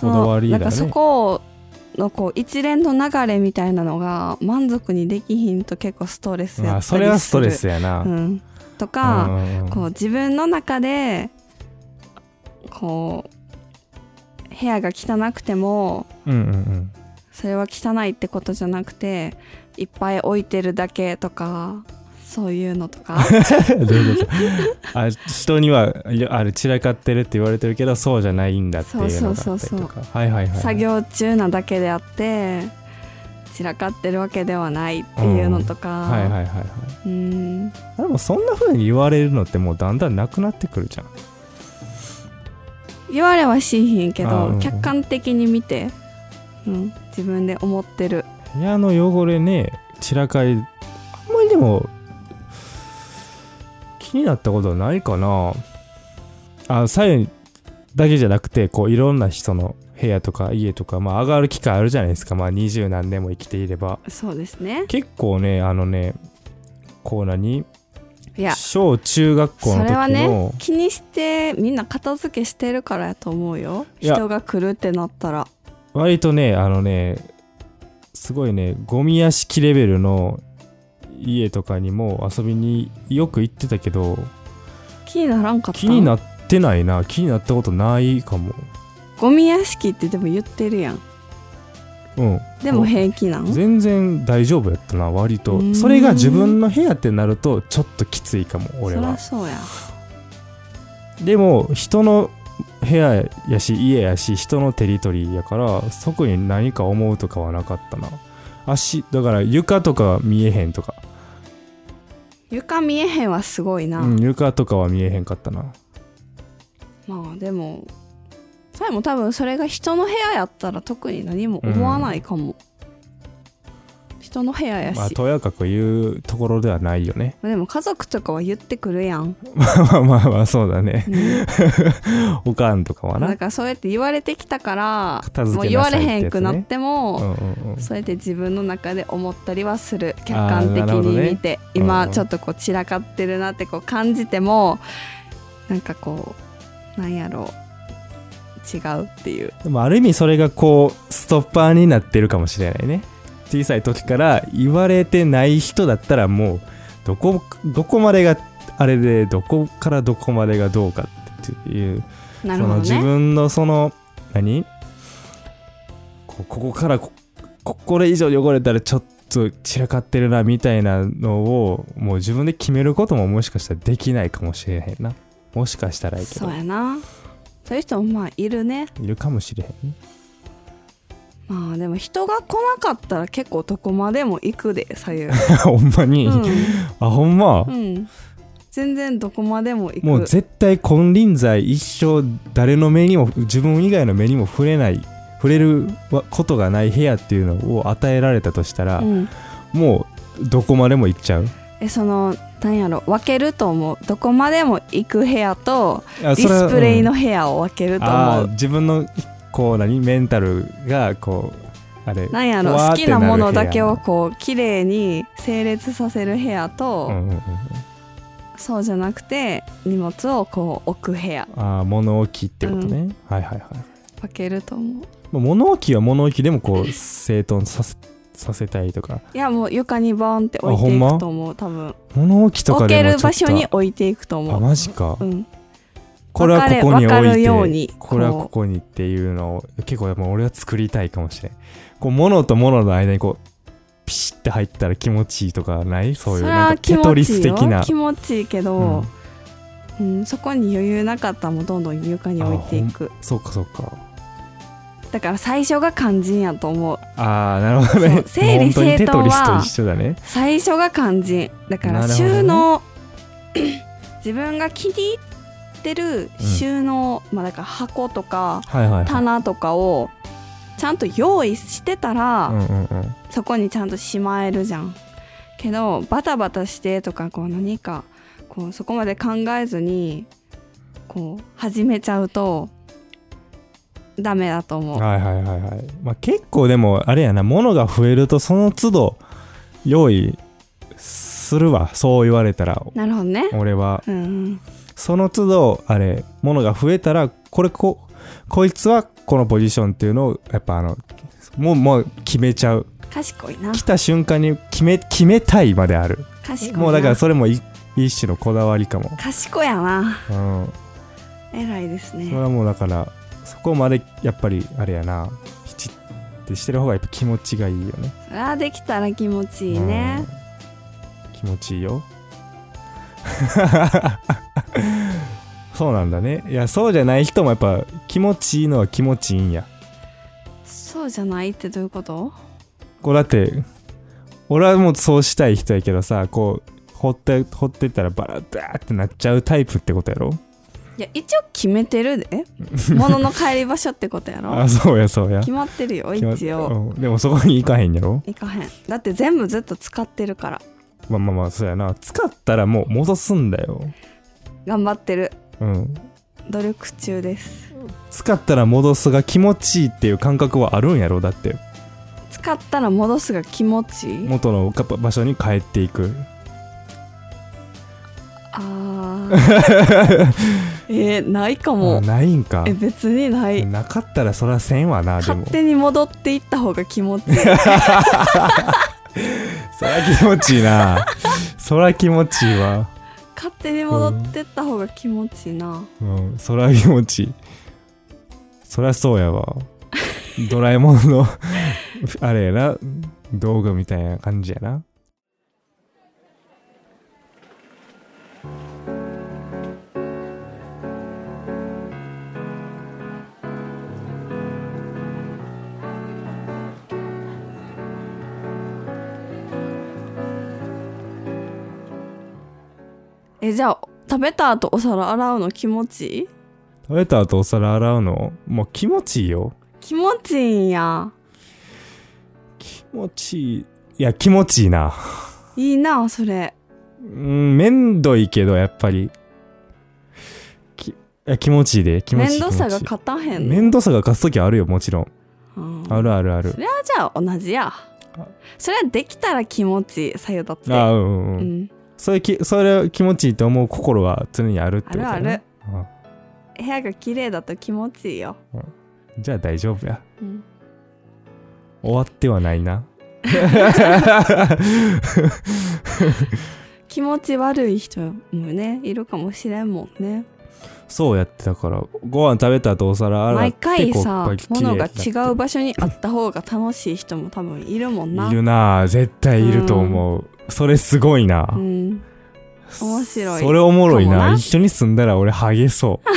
Speaker 2: こだわり
Speaker 1: そのな
Speaker 2: だね
Speaker 1: んかそこのこう一連の流れみたいなのが満足にできひんと結構ストレス
Speaker 2: いま
Speaker 1: や
Speaker 2: あ
Speaker 1: った
Speaker 2: そ
Speaker 1: りす
Speaker 2: れ
Speaker 1: る
Speaker 2: はストレスやな、
Speaker 1: うん、とか、
Speaker 2: うんうん
Speaker 1: こう自分の中でこう部屋が汚くても
Speaker 2: うんうんうん
Speaker 1: それは汚いってことじゃなくていっぱい置いてるだけとかそういうのと か
Speaker 2: どういうことあ人にはいやあれ散らかってるって言われてるけどそうじゃないんだっていうのがあ
Speaker 1: そう
Speaker 2: った
Speaker 1: そ
Speaker 2: り
Speaker 1: う
Speaker 2: と
Speaker 1: そう
Speaker 2: かはいはいはいはい
Speaker 1: 作業中なだけであって散らかってるわけではないっていうのとか、
Speaker 2: はいはいはいはい
Speaker 1: うん
Speaker 2: でもそんな風に言われるのってもうだんだんなくなってくるじゃん
Speaker 1: 言われはしひんけど、
Speaker 2: うん
Speaker 1: 客観的に見て、うん、自分で思ってる
Speaker 2: 部屋の汚れね散らかりあんまりでも気になったことはないかなあ左右だけじゃなくてこういろんな人の部屋とか家とかまあ上がる機会あるじゃないですかまあ二十何年も生きていれば
Speaker 1: そうですね
Speaker 2: 結構ねあのねこう何
Speaker 1: いや
Speaker 2: 小中学校の
Speaker 1: そ
Speaker 2: 時
Speaker 1: れはね
Speaker 2: の
Speaker 1: 気にしてみんな片付けしてるからやと思うよ
Speaker 2: いや
Speaker 1: 人が来るってなったら
Speaker 2: 割とねあのねすごいねゴミ屋敷レベルの家とかにも遊びによく行ってたけど
Speaker 1: 気にならんかった
Speaker 2: 気になってないな気になったことないかも
Speaker 1: ゴミ屋敷ってでも言ってるやん
Speaker 2: うん
Speaker 1: でも平気なん
Speaker 2: 全然大丈夫やったな割
Speaker 1: うー
Speaker 2: と
Speaker 1: ん
Speaker 2: それが自分の部屋ってなるとちょっときついかも俺
Speaker 1: そりゃ
Speaker 2: は
Speaker 1: そうや
Speaker 2: でも人の部屋やし家やし人のテリトリーやから特に何か思うとかはなかったな足だから床とかは見えへんとか
Speaker 1: 床見えへんはすごいな、
Speaker 2: うん、床とかは見えへんかったな
Speaker 1: まあでもさえも多分それが人の部屋やったら特に何も思わないかも、人の部屋やし、
Speaker 2: まあとやかく言うところではないよね
Speaker 1: まあでも家族とかは言ってくるやん、
Speaker 2: まあまあ まあそうだね
Speaker 1: うん
Speaker 2: おかんとかはな
Speaker 1: だからそうやって言われてきたから
Speaker 2: 片付
Speaker 1: もう
Speaker 2: け
Speaker 1: 言
Speaker 2: な
Speaker 1: わ
Speaker 2: さ
Speaker 1: れ
Speaker 2: いってやつね
Speaker 1: へんくなっても、
Speaker 2: うんうんうん
Speaker 1: そうやって自分の中で思ったりはする客観的
Speaker 2: あーなるほど
Speaker 1: に
Speaker 2: ね
Speaker 1: 見て、
Speaker 2: うん
Speaker 1: 今ちょっとこう散らかってるなってこう感じてもなんかこうなんやろう違うっていう
Speaker 2: でもある意味それがこうストッパーになってるかもしれないね小さい時から言われてない人だったらもうどこどこまでがあれでどこからどこまでがどうかっていう
Speaker 1: なるほど
Speaker 2: その自
Speaker 1: ね
Speaker 2: 分のその何こここからこここれ以上汚れたらちょっと散らかってるなみたいなのをもう自分で決めることももしかしたらできないかもしれへんなもしかしたらいいけ
Speaker 1: そう
Speaker 2: ど
Speaker 1: やなそういう人もまあいるね
Speaker 2: いるかもしれへんね
Speaker 1: まあでも人が来なかったら結構どこまでも行くで左右
Speaker 2: ほんまに、
Speaker 1: う
Speaker 2: あほんま、
Speaker 1: ん、うん、全然どこまでも行く
Speaker 2: もう絶対金輪際一生誰の目にも自分以外の目にも触れない触れるわことがない部屋っていうのを与えられたとしたら、
Speaker 1: うん、
Speaker 2: もうどこまでも行っちゃう
Speaker 1: えそのなんやろ分けると思うどこまでも行く部屋と
Speaker 2: デ
Speaker 1: ディスプレイの部屋を分けると思
Speaker 2: あ
Speaker 1: う
Speaker 2: ー、自分のこう何メンタルがこうあれ
Speaker 1: なんやろ
Speaker 2: ふわー
Speaker 1: 好
Speaker 2: って
Speaker 1: き
Speaker 2: な
Speaker 1: な
Speaker 2: る部屋
Speaker 1: ものだけをこう綺麗に整列させる部屋と、
Speaker 2: うんうんうん、
Speaker 1: そうじゃなくて荷物をこう置く部屋
Speaker 2: あー物置ってことね、
Speaker 1: う
Speaker 2: はいはいはい
Speaker 1: 分けると思う
Speaker 2: まあ物置は物置でもこう整頓させさせたいとか
Speaker 1: いやもう床にバーンって置い
Speaker 2: あほ
Speaker 1: て
Speaker 2: ん
Speaker 1: い
Speaker 2: ま
Speaker 1: くと思う多分
Speaker 2: 物置とか
Speaker 1: 置
Speaker 2: で
Speaker 1: け
Speaker 2: もちょ
Speaker 1: る
Speaker 2: っと
Speaker 1: 場所に置いていくと
Speaker 2: あ
Speaker 1: 思う
Speaker 2: マジか、
Speaker 1: うん
Speaker 2: これはここに
Speaker 1: わかるわかるよ
Speaker 2: 置
Speaker 1: う
Speaker 2: いて
Speaker 1: に
Speaker 2: これはここにっていうのを結構やっぱ俺は作りたいかもしれんこう物と物の間にこうピシッて入ったら気持ちいいとかないそういう
Speaker 1: れ
Speaker 2: なん
Speaker 1: は
Speaker 2: か
Speaker 1: 気
Speaker 2: テト
Speaker 1: 持
Speaker 2: リ
Speaker 1: ちい
Speaker 2: ス
Speaker 1: いよ
Speaker 2: 的な
Speaker 1: 気持ちいいけ
Speaker 2: うん
Speaker 1: ど、うんそこに余裕なかったらもうどんどん床に置いていく
Speaker 2: そうかそうか
Speaker 1: だから最初が肝心やと思う
Speaker 2: ああなるほど
Speaker 1: そ
Speaker 2: ね
Speaker 1: う整理
Speaker 2: もう本当にテトリスと一緒だね
Speaker 1: 最初が肝心だから
Speaker 2: なるほどね
Speaker 1: 収納、 自分が気に入ってる収納、まあだから箱とか
Speaker 2: はいはいはい
Speaker 1: 棚とかをちゃんと用意してたら、
Speaker 2: うんうんうん
Speaker 1: そこにちゃんとしまえるじゃんけどバタバタしてとかこう何かこうそこまで考えずにこう始めちゃうとダメだと思う
Speaker 2: はいはいはいはい、まあ、結構でもあれやな物が増えるとその都度用意するわそう言われたら
Speaker 1: なるほどね
Speaker 2: 俺は
Speaker 1: うんうん
Speaker 2: その都度あれ物が増えたらこれここいつはこのポジションっていうのをやっぱあのもうもう決めちゃう
Speaker 1: 賢いな
Speaker 2: 来た瞬間に決め決めたいまである
Speaker 1: 賢いな
Speaker 2: もうだからそれもい一種のこだわりかも
Speaker 1: 賢やな
Speaker 2: うん
Speaker 1: 偉いです
Speaker 2: それ
Speaker 1: ね
Speaker 2: はもうだからそこまでやっぱりあれやなピチってしてる方がやっぱ気持ちがいいよね
Speaker 1: それはできたら気持ちいいね
Speaker 2: うん気持ちいいよ そうなんだねいやそうじゃない人もやっぱ気持ちいいのは気持ちいいんや
Speaker 1: そうじゃないってどういうこと
Speaker 2: こうだって俺はもうそうしたい人やけどさこう掘って掘ってったらバラバーってなっちゃうタイプってことやろ
Speaker 1: いや一応決めてる で物の帰り場所ってことやろ
Speaker 2: あそうやそうや
Speaker 1: 決まってるよ
Speaker 2: 決まっ
Speaker 1: 一応
Speaker 2: うんでもそこに行かへんやろ
Speaker 1: いかへんだって全部ずっと使ってるから
Speaker 2: まあまあまあそうやな使ったらもう戻すんだよ
Speaker 1: 頑張ってる
Speaker 2: うん
Speaker 1: 努力中です
Speaker 2: 使ったら戻すが気持ちいいっていう感覚はあるんやろだって
Speaker 1: 使ったら戻すが気持ちいい
Speaker 2: 元のか場所に帰っていく
Speaker 1: あ ーえーないか
Speaker 2: あ
Speaker 1: も
Speaker 2: ないんか
Speaker 1: え別にない
Speaker 2: なかったらそらせんわなで
Speaker 1: 勝
Speaker 2: も
Speaker 1: 手に戻っていった方が気持ちいい
Speaker 2: そら気持ちいい なそら気持ちいいわ
Speaker 1: 勝手に戻ってった方が気持ちいいな
Speaker 2: うんそら気持ちいいそらそうやわドラえもんのあれやな道具みたいな感じやな
Speaker 1: えじゃあ食べた後お皿洗うの気持ちいい
Speaker 2: 食べた後お皿洗うのもう気持ちいいよ
Speaker 1: 気持ちいいんや
Speaker 2: 気持ちいいいや気持ちいいない
Speaker 1: いなそれ
Speaker 2: うん、めんどいけど、やっぱり。きいや気持ちいいで、気持ちい
Speaker 1: 面倒
Speaker 2: い。
Speaker 1: さが
Speaker 2: 気持ち
Speaker 1: 勝たへ
Speaker 2: いい
Speaker 1: ん
Speaker 2: め
Speaker 1: の、
Speaker 2: んどさが勝つときあるよ、もちろん。
Speaker 1: うん
Speaker 2: あるあるある
Speaker 1: そ。れはじゃあ同じやそれはできたら気持ちいい左右だって
Speaker 2: あうんうんう。
Speaker 1: うんん、
Speaker 2: それき、それを気持ちいいと思う心は常にあるってことだ
Speaker 1: あるある
Speaker 2: あ
Speaker 1: 部屋が綺麗だと気持ちいいよ、
Speaker 2: じゃあ大丈夫や。
Speaker 1: うん、
Speaker 2: 終わってはな いな。
Speaker 1: 気持ち悪い人もねいるかもしれんもんね
Speaker 2: そうやってたから、ご飯食べた後お皿洗っ
Speaker 1: 毎
Speaker 2: て
Speaker 1: 回
Speaker 2: こう
Speaker 1: さ
Speaker 2: やっぱり綺麗
Speaker 1: 物
Speaker 2: にな
Speaker 1: が
Speaker 2: って
Speaker 1: 違う場所にあった方が楽しい人も多分いるもんない
Speaker 2: るな絶対いると思う。それすごいな。
Speaker 1: うん、面白い
Speaker 2: それおもろい
Speaker 1: かも
Speaker 2: な
Speaker 1: な
Speaker 2: 一緒に住んだら俺ハゲそう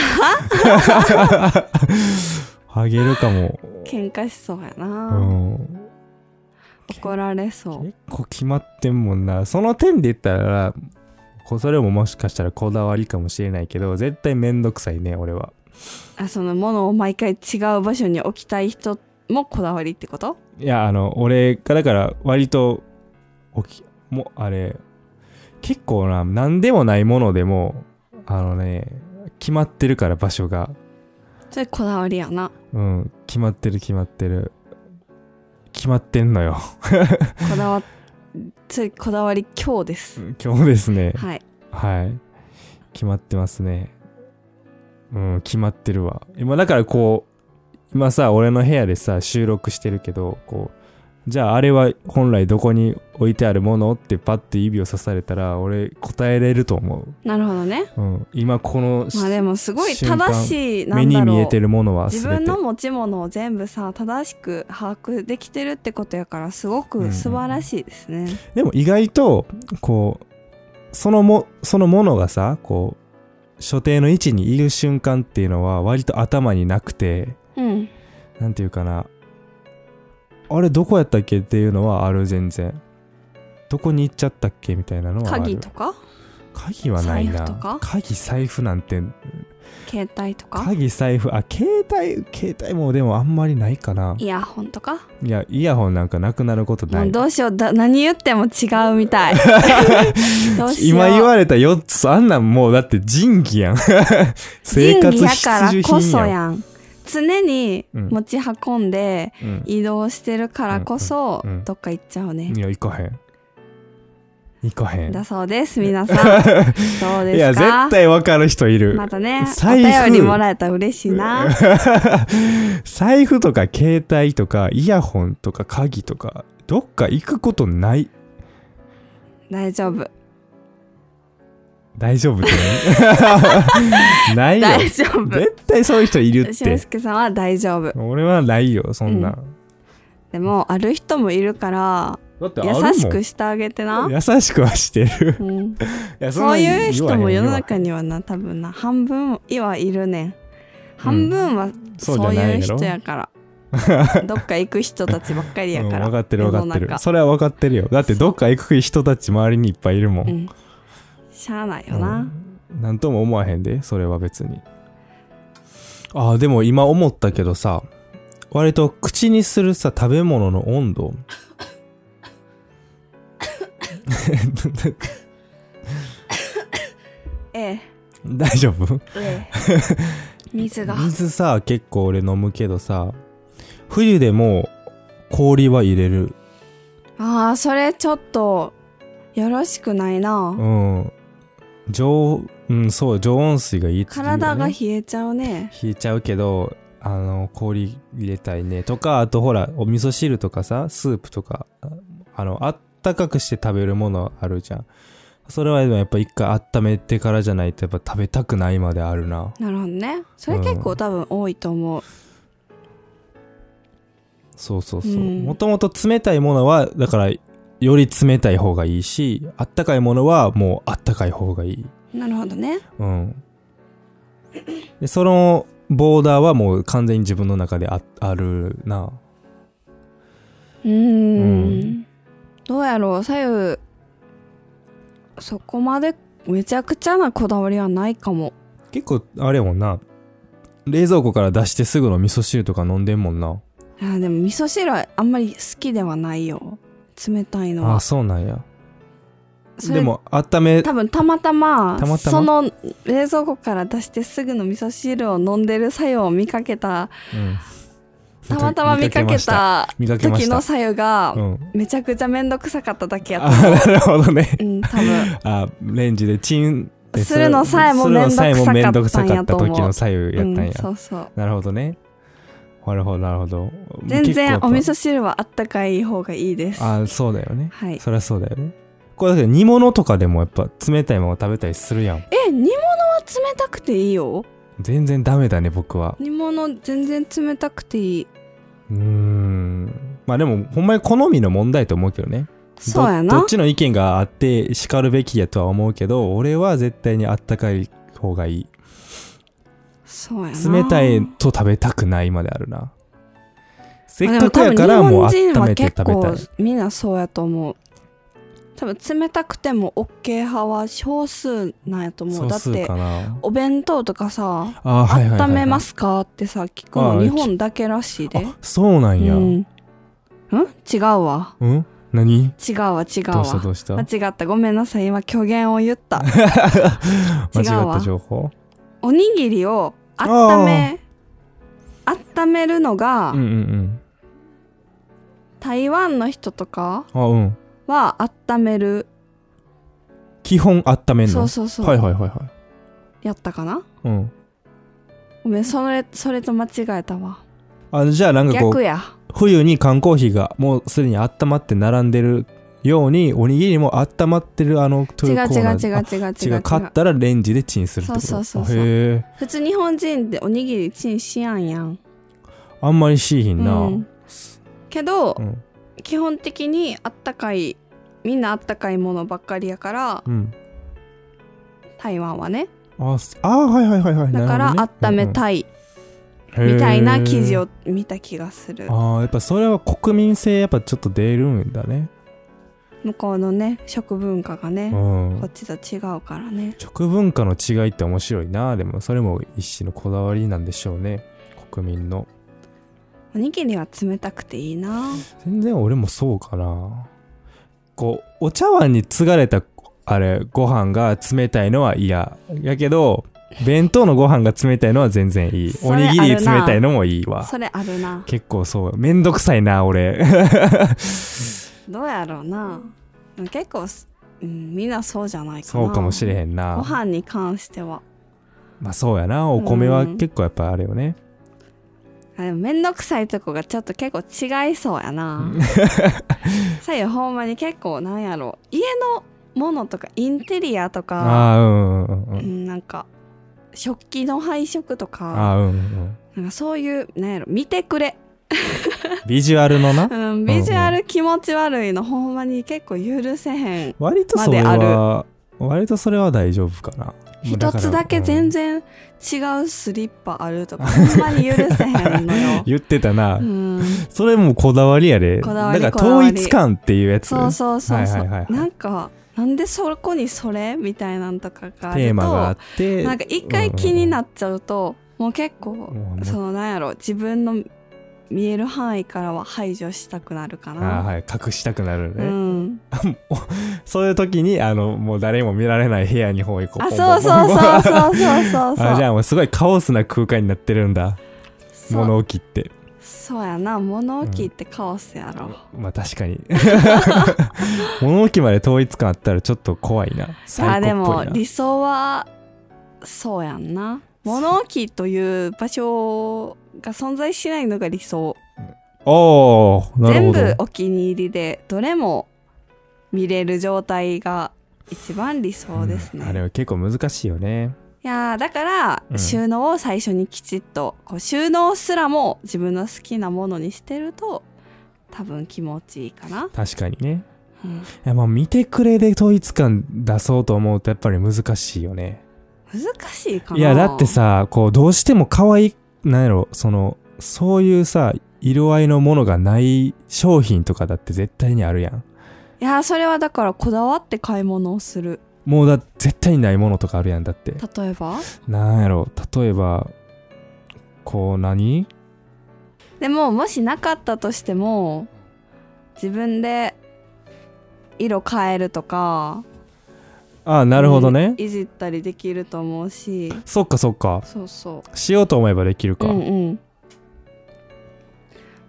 Speaker 2: ハゲるかも、
Speaker 1: 喧嘩しそうや
Speaker 2: う
Speaker 1: な、
Speaker 2: ん、
Speaker 1: 怒られそう
Speaker 2: 結構決まってんもんなその点で言ったらこそれももしかしたらこだわりかもしれないけど絶対めんどくさいね俺は
Speaker 1: あその物を毎回違う場所に置きたい人もこだわりってこと
Speaker 2: いやあの俺がだから割とおきもうあれ結構な何でもないものでもあのね決まってるから場所が
Speaker 1: それこだわりやな
Speaker 2: うん決まってる決まってる決まってん のよ
Speaker 1: こだわ それこだわり今日です
Speaker 2: 今日ですね
Speaker 1: はい
Speaker 2: はい決まってますねうん決まってるわ今だからこう今さ俺の部屋でさ収録してるけどこうじゃああれは本来どこに置いてあるものってパッて指を刺されたら俺答えれると思
Speaker 1: なるほどね
Speaker 2: う、うん、今この
Speaker 1: まあでもすごい
Speaker 2: 瞬間
Speaker 1: 正しいな
Speaker 2: 目
Speaker 1: ん
Speaker 2: に
Speaker 1: だろ
Speaker 2: 見え
Speaker 1: う
Speaker 2: てるものは
Speaker 1: 自
Speaker 2: 全
Speaker 1: 分
Speaker 2: て
Speaker 1: の持ち物を全部さ正しく把握できてるってことやからすご
Speaker 2: うんう
Speaker 1: く
Speaker 2: ん
Speaker 1: 素晴らしいですね、
Speaker 2: でも意外とこうそのもそのものがさこう所定の位置にいる瞬間っていうのは割と頭になくて
Speaker 1: うん
Speaker 2: なんていうかなあれどこやったっけっていうのはある全然どこに行っちゃったっけみたいなのはある
Speaker 1: 鍵とか
Speaker 2: 鍵はないな
Speaker 1: 財布とか
Speaker 2: 鍵財布なんて
Speaker 1: 携帯とか
Speaker 2: 鍵財布あ携帯携帯もでもあんまりないかな
Speaker 1: イヤホンとか
Speaker 2: いやイヤホンなんかなくなることな
Speaker 1: もう
Speaker 2: い
Speaker 1: どう しようだ何言っても違うみ たいどうしよう
Speaker 2: 今言われた4つあんなんもうだって仁 義やん生活
Speaker 1: 仁義や
Speaker 2: 必
Speaker 1: から
Speaker 2: 需
Speaker 1: こ
Speaker 2: 品
Speaker 1: そ
Speaker 2: やん
Speaker 1: やん常に
Speaker 2: うん
Speaker 1: 持ち運んで
Speaker 2: うん
Speaker 1: 移動してるからこそ
Speaker 2: うんうんうん
Speaker 1: どっか行っちゃうね、
Speaker 2: いや行かへん行かへん
Speaker 1: だそうです皆 さんどう
Speaker 2: いや
Speaker 1: ですか
Speaker 2: 絶対分かる人いる、
Speaker 1: またねお
Speaker 2: 財布
Speaker 1: 便りもらえたら嬉しいな
Speaker 2: 財布とか携帯とかイヤホンとか鍵とかどっか行くことない
Speaker 1: 大丈夫
Speaker 2: 大丈夫って何 ないよ
Speaker 1: 大丈夫
Speaker 2: 絶対そういう人いるっ
Speaker 1: 俊
Speaker 2: て
Speaker 1: 介さんは大丈夫
Speaker 2: 俺はないよそんなん、
Speaker 1: でもある人もいるから
Speaker 2: だってあるもん
Speaker 1: 優しくしてあげてな、
Speaker 2: 優しくはしてる
Speaker 1: うん、
Speaker 2: いやんな
Speaker 1: そういう人も世の中
Speaker 2: 言わへん
Speaker 1: にはな多分な半分はいるねん半分は
Speaker 2: そう
Speaker 1: そう
Speaker 2: じゃないいうやろ
Speaker 1: 人やから どっか行く人たちばっかりやから、
Speaker 2: うん、分かってる分かって
Speaker 1: 世の
Speaker 2: る
Speaker 1: 中
Speaker 2: それは分かってるよだってどっか行く人たち周りにいっぱいいるもん、
Speaker 1: うんしゃあないよ
Speaker 2: う
Speaker 1: な、
Speaker 2: んなんとも思わへんでそれは別にあーでも今思ったけどさ割と口にするさ食べ物の温度
Speaker 1: ええ
Speaker 2: 大丈夫
Speaker 1: ええ水 が
Speaker 2: 水さ結構俺飲むけどさ冬でも氷は入れる
Speaker 1: ああそれちょっとよろしくないな、
Speaker 2: うん常うんそう常温水がいいって言うよね
Speaker 1: 体が冷えちゃうね
Speaker 2: 冷えちゃうけどあの氷入れたいねとかあとほらお味噌汁とかさスープとかああのあったかくして食べるものあるじゃんそれはでもやっぱ一回温めてからじゃないとやっぱ食べたくないまであるな
Speaker 1: なるほどねそれ結構多分多いと思う、
Speaker 2: そうそうそう
Speaker 1: うん
Speaker 2: もともと冷たいものはだからより冷たい方がいいしあったかいものはもうあったかい方がいい
Speaker 1: なるほどね
Speaker 2: うんでそのボーダーはもう完全に自分の中でああるな
Speaker 1: うーん
Speaker 2: うん
Speaker 1: どうやろう左右そこまでめちゃくちゃなこだわりはないかも
Speaker 2: 結構あれやもんな冷蔵庫から出してすぐの味噌汁とか飲んでんもんな
Speaker 1: あーでも味噌汁はあんまり好きではないよ冷たいの
Speaker 2: あ
Speaker 1: は
Speaker 2: そうなんや
Speaker 1: それ
Speaker 2: でも温め
Speaker 1: 多分たまたま
Speaker 2: たまたま
Speaker 1: その冷蔵庫から出してすぐの味噌汁を飲んでる作用を見かけた
Speaker 2: うん
Speaker 1: たまたま見かけた
Speaker 2: 見かけまし
Speaker 1: 時
Speaker 2: た
Speaker 1: の作用が
Speaker 2: うん
Speaker 1: めちゃくちゃめんどくさかっただけやった
Speaker 2: あなるほどね
Speaker 1: うん多 分
Speaker 2: あレンジでチンって
Speaker 1: するのさえも
Speaker 2: するのさえも
Speaker 1: め
Speaker 2: め
Speaker 1: ん
Speaker 2: ん
Speaker 1: ど
Speaker 2: ど
Speaker 1: く
Speaker 2: く
Speaker 1: さ
Speaker 2: さ
Speaker 1: か
Speaker 2: か
Speaker 1: っ
Speaker 2: ったた
Speaker 1: んやと思う
Speaker 2: 時の左右やったん
Speaker 1: うん、
Speaker 2: や、
Speaker 1: そうそう
Speaker 2: なるほどねなるほどなるほど
Speaker 1: 全然お味
Speaker 2: 結
Speaker 1: 噌汁はあったかい方がいいです
Speaker 2: 構やっぱあそうだよね
Speaker 1: はい
Speaker 2: そりゃそうだよねこれだけど煮物とかでもやっぱ冷たいもの食べたりするやん
Speaker 1: え煮物は冷たくていいよ
Speaker 2: 全然ダメだね僕は
Speaker 1: 煮物全然冷たくていいう
Speaker 2: ーんまあでもほんまに好みの問題と思うけどね
Speaker 1: そうや
Speaker 2: ど
Speaker 1: な
Speaker 2: どっちの意見があって叱るべきやとは思うけど俺は絶対にあったかい方がいい
Speaker 1: そうやな
Speaker 2: 冷たいと食べたくないまであるなせっ
Speaker 1: まあ
Speaker 2: かくやから
Speaker 1: で
Speaker 2: もう
Speaker 1: 多分日本人
Speaker 2: 温めて食べた
Speaker 1: は結構みんなそうやと思う多分冷たくても OK 派は少数なんやと思うだ
Speaker 2: 総
Speaker 1: っ
Speaker 2: 数
Speaker 1: て
Speaker 2: かな
Speaker 1: お弁当とかさ
Speaker 2: あはいはいはいはい、
Speaker 1: 温めますかってさ聞く
Speaker 2: あ
Speaker 1: の
Speaker 2: ー
Speaker 1: 日本だけらしいで
Speaker 2: あそうなんや、
Speaker 1: う
Speaker 2: うん、
Speaker 1: ん、うん違うわ
Speaker 2: 何
Speaker 1: 違うわ違う
Speaker 2: どうしたど
Speaker 1: わ
Speaker 2: うした間違
Speaker 1: 間違ったごめんなさい今虚言を言った 違うわ
Speaker 2: った情報
Speaker 1: おにぎりを温め温めるのが、
Speaker 2: うんうんうん
Speaker 1: 台湾の人とか
Speaker 2: あうん
Speaker 1: は温める
Speaker 2: 基本温めんの
Speaker 1: そうそうそう、
Speaker 2: はいはいはいは
Speaker 1: やったかない
Speaker 2: うん
Speaker 1: ごめんそれそれと間違えたわ
Speaker 2: あじゃあなんかこう
Speaker 1: 逆や
Speaker 2: 冬に缶コーヒーがもうすでに温まって並んでるようにおにぎりも温まってるあのト
Speaker 1: 違う違
Speaker 2: ゥ
Speaker 1: う
Speaker 2: ーコーナー
Speaker 1: 違う
Speaker 2: あ
Speaker 1: 違う違
Speaker 2: 違
Speaker 1: う
Speaker 2: う買ったらレンジでチンするってこと
Speaker 1: そうそうそうそう
Speaker 2: あへえ
Speaker 1: 普通日本人っておにぎりチンしやんやん、
Speaker 2: あんまりしーひ
Speaker 1: うん
Speaker 2: な、
Speaker 1: ん、けど、
Speaker 2: うん
Speaker 1: 基本的にあったかいみんなあったかいものばっかりやから
Speaker 2: うん
Speaker 1: 台湾はね
Speaker 2: あすあはいはいはいはい
Speaker 1: だから
Speaker 2: なるほど
Speaker 1: 温
Speaker 2: ね
Speaker 1: めたい
Speaker 2: うんうん
Speaker 1: みたいな記事
Speaker 2: へ
Speaker 1: を見た気がする
Speaker 2: ーあーやっぱそれは国民性やっぱちょっと出るんだね
Speaker 1: 向こうのね食文化が
Speaker 2: う
Speaker 1: ねこ
Speaker 2: ん
Speaker 1: っちと違うからね
Speaker 2: 食文化の違いって面白いなでもそれも一種のこだわりなんでしょうね国民の
Speaker 1: おにぎりは冷たくていいな
Speaker 2: 全然俺もそうかなこうお茶碗に継がれたあれご飯が冷たいのは嫌やけど弁当のご飯が冷たいのは全然いい
Speaker 1: そ
Speaker 2: お
Speaker 1: れ
Speaker 2: に
Speaker 1: ある
Speaker 2: ぎ
Speaker 1: な
Speaker 2: り冷たいのもいいわ
Speaker 1: それあるな
Speaker 2: 結構そうめんどくさいな俺
Speaker 1: どうやろうなでも結構す、うん、みんなそうじゃないかな
Speaker 2: そうかもしれ
Speaker 1: ん
Speaker 2: へん
Speaker 1: ご
Speaker 2: な
Speaker 1: 飯に関しては
Speaker 2: まあそうやなお米は
Speaker 1: うん
Speaker 2: 結構やっぱあれよね
Speaker 1: あでもめんどくさいとこがちょっと結構違いそうやな さよほんまに結構なんやろ家のものとかインテリアとか
Speaker 2: ああーうんうんうんう
Speaker 1: うんんなんか食器の配色とか
Speaker 2: あーうんうんうん
Speaker 1: なんかそういうなんやろ見てくれ、
Speaker 2: ビジュアルのな
Speaker 1: うん、ビジュアル気持ち悪いのほんまに結構許せへん
Speaker 2: 割とそれ
Speaker 1: まで
Speaker 2: は割とそれは大丈夫かな
Speaker 1: 一つだけ
Speaker 2: 然、
Speaker 1: 全然違うスリッパあるとかほんまに許せへんのよ
Speaker 2: 言ってたな、
Speaker 1: うん、
Speaker 2: それもこだわりやで
Speaker 1: こだわり
Speaker 2: だか
Speaker 1: こだ
Speaker 2: ら
Speaker 1: わ
Speaker 2: 統
Speaker 1: り
Speaker 2: 一感っていうやつ
Speaker 1: そうそうそうそう、
Speaker 2: はいはいはいはい
Speaker 1: なんかなんでそこにそれみたいなんとかがあると
Speaker 2: テーマがあって
Speaker 1: なんか一回気になっちゃうと、もう結構
Speaker 2: うんうんうん
Speaker 1: そのなんやろ自分の見える範囲からは排除したくなるか
Speaker 2: あ
Speaker 1: な、
Speaker 2: ーはい隠したくなる
Speaker 1: う
Speaker 2: ね、
Speaker 1: ん、
Speaker 2: そういう時にあのもう誰も見られない部屋に方行こう
Speaker 1: あそうそうそうそうそうそうそ
Speaker 2: あじゃ
Speaker 1: う
Speaker 2: あもうすごいカオスな空間になってるんだ
Speaker 1: そう
Speaker 2: 物置って
Speaker 1: そうやな物置ってカオスやろ、
Speaker 2: まあ確かに 物置まで統一感あったらちょっと怖いな
Speaker 1: あ
Speaker 2: 最
Speaker 1: で
Speaker 2: 高っぽ
Speaker 1: も
Speaker 2: いな
Speaker 1: 理想はそうやんな物置という場所が存在しないのが理想
Speaker 2: おーなる
Speaker 1: 全
Speaker 2: ほど
Speaker 1: 部お気に入りでどれも見れる状態が一番理想ですね、
Speaker 2: うんあれは結構難しいよね
Speaker 1: いやーだから
Speaker 2: うん
Speaker 1: 収納を最初にきちっと、こう収納すらも自分の好きなものにしてると多分気持ちいいかな、
Speaker 2: 確かにね
Speaker 1: うん
Speaker 2: いやまあ見てくれで統一感出そうと思うとやっぱり難しいよね。
Speaker 1: 難しいかない
Speaker 2: やだってさこうどうしても可愛いなんやろそのそういうさ色合いのものがない商品とかだって絶対にあるやん。
Speaker 1: いやーそれはだからこだわって買い物をする
Speaker 2: もうだ絶対にないものとかあるやんだって。
Speaker 1: 例えば
Speaker 2: なんやろ例えばこう何
Speaker 1: でももしなかったとしても自分で色変えるとか
Speaker 2: ああなるほどね。
Speaker 1: うんいじったりできると思うし
Speaker 2: そっかそっか。
Speaker 1: そうそう
Speaker 2: しようと思えばできるか。
Speaker 1: うんうん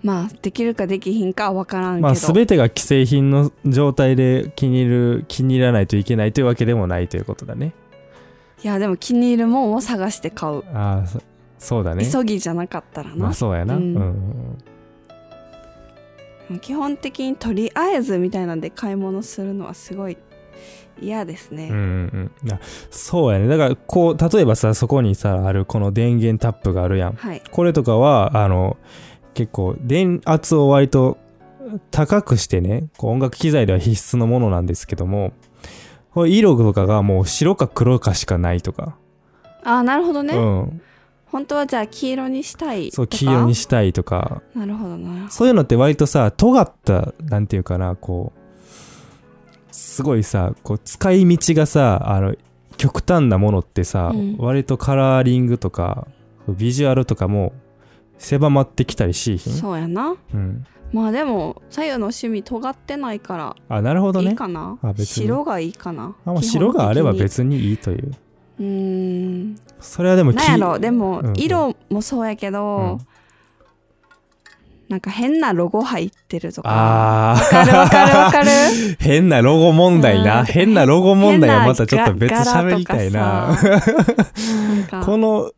Speaker 1: まあできるかできひんかは分からんけど、
Speaker 2: まあ全てが既製品の状態で気に入る気に入らないといけないというわけでもないということだね。
Speaker 1: いやでも気に入るもんを探して買う、
Speaker 2: ああそそうだね
Speaker 1: 急ぎじゃなかったらな、
Speaker 2: まあそうやな、う
Speaker 1: うんん
Speaker 2: うんうん
Speaker 1: 基本的にとりあえずみたいなんで買い物するのはすごい嫌ですね、
Speaker 2: うんうんうんあそうやねだからこう例えばさそこにさあるこの電源タップがあるやん
Speaker 1: はい
Speaker 2: これとかはあの結構電圧を割と高くしてねこう音楽機材では必須のものなんですけどもこれ色とかがもう白か黒かしかないとか、
Speaker 1: ああなるほどね、
Speaker 2: うん、
Speaker 1: 本当はじゃあ黄色にしたいとか
Speaker 2: そう黄色にしたいとか
Speaker 1: なるほどな
Speaker 2: そういうのって割とさ尖ったなんていうかなこうすごいさこう使い道がさあの極端なものってさ、
Speaker 1: うん
Speaker 2: 割とカラーリングとかビジュアルとかも狭まってきたりしいひん
Speaker 1: そうやな
Speaker 2: うん、
Speaker 1: まあでも左右の趣味尖ってないか
Speaker 2: あなるほ
Speaker 1: ら
Speaker 2: ど
Speaker 1: いい
Speaker 2: ね
Speaker 1: かな、
Speaker 2: あ別に
Speaker 1: 白がいいかな
Speaker 2: あまあ白があれば
Speaker 1: 基本
Speaker 2: 別にいいという
Speaker 1: 的にうーん
Speaker 2: それはでも
Speaker 1: なんやろでも
Speaker 2: うんうん
Speaker 1: 色もそうやけど、なんか変なロゴ入ってるとか
Speaker 2: あ
Speaker 1: わかるわかるわか る
Speaker 2: 変なロゴ問題な、
Speaker 1: うん
Speaker 2: 変なロゴ問題はまたちょっと
Speaker 1: 変
Speaker 2: 別
Speaker 1: なが
Speaker 2: 喋りたいな
Speaker 1: 柄と かさなんか
Speaker 2: この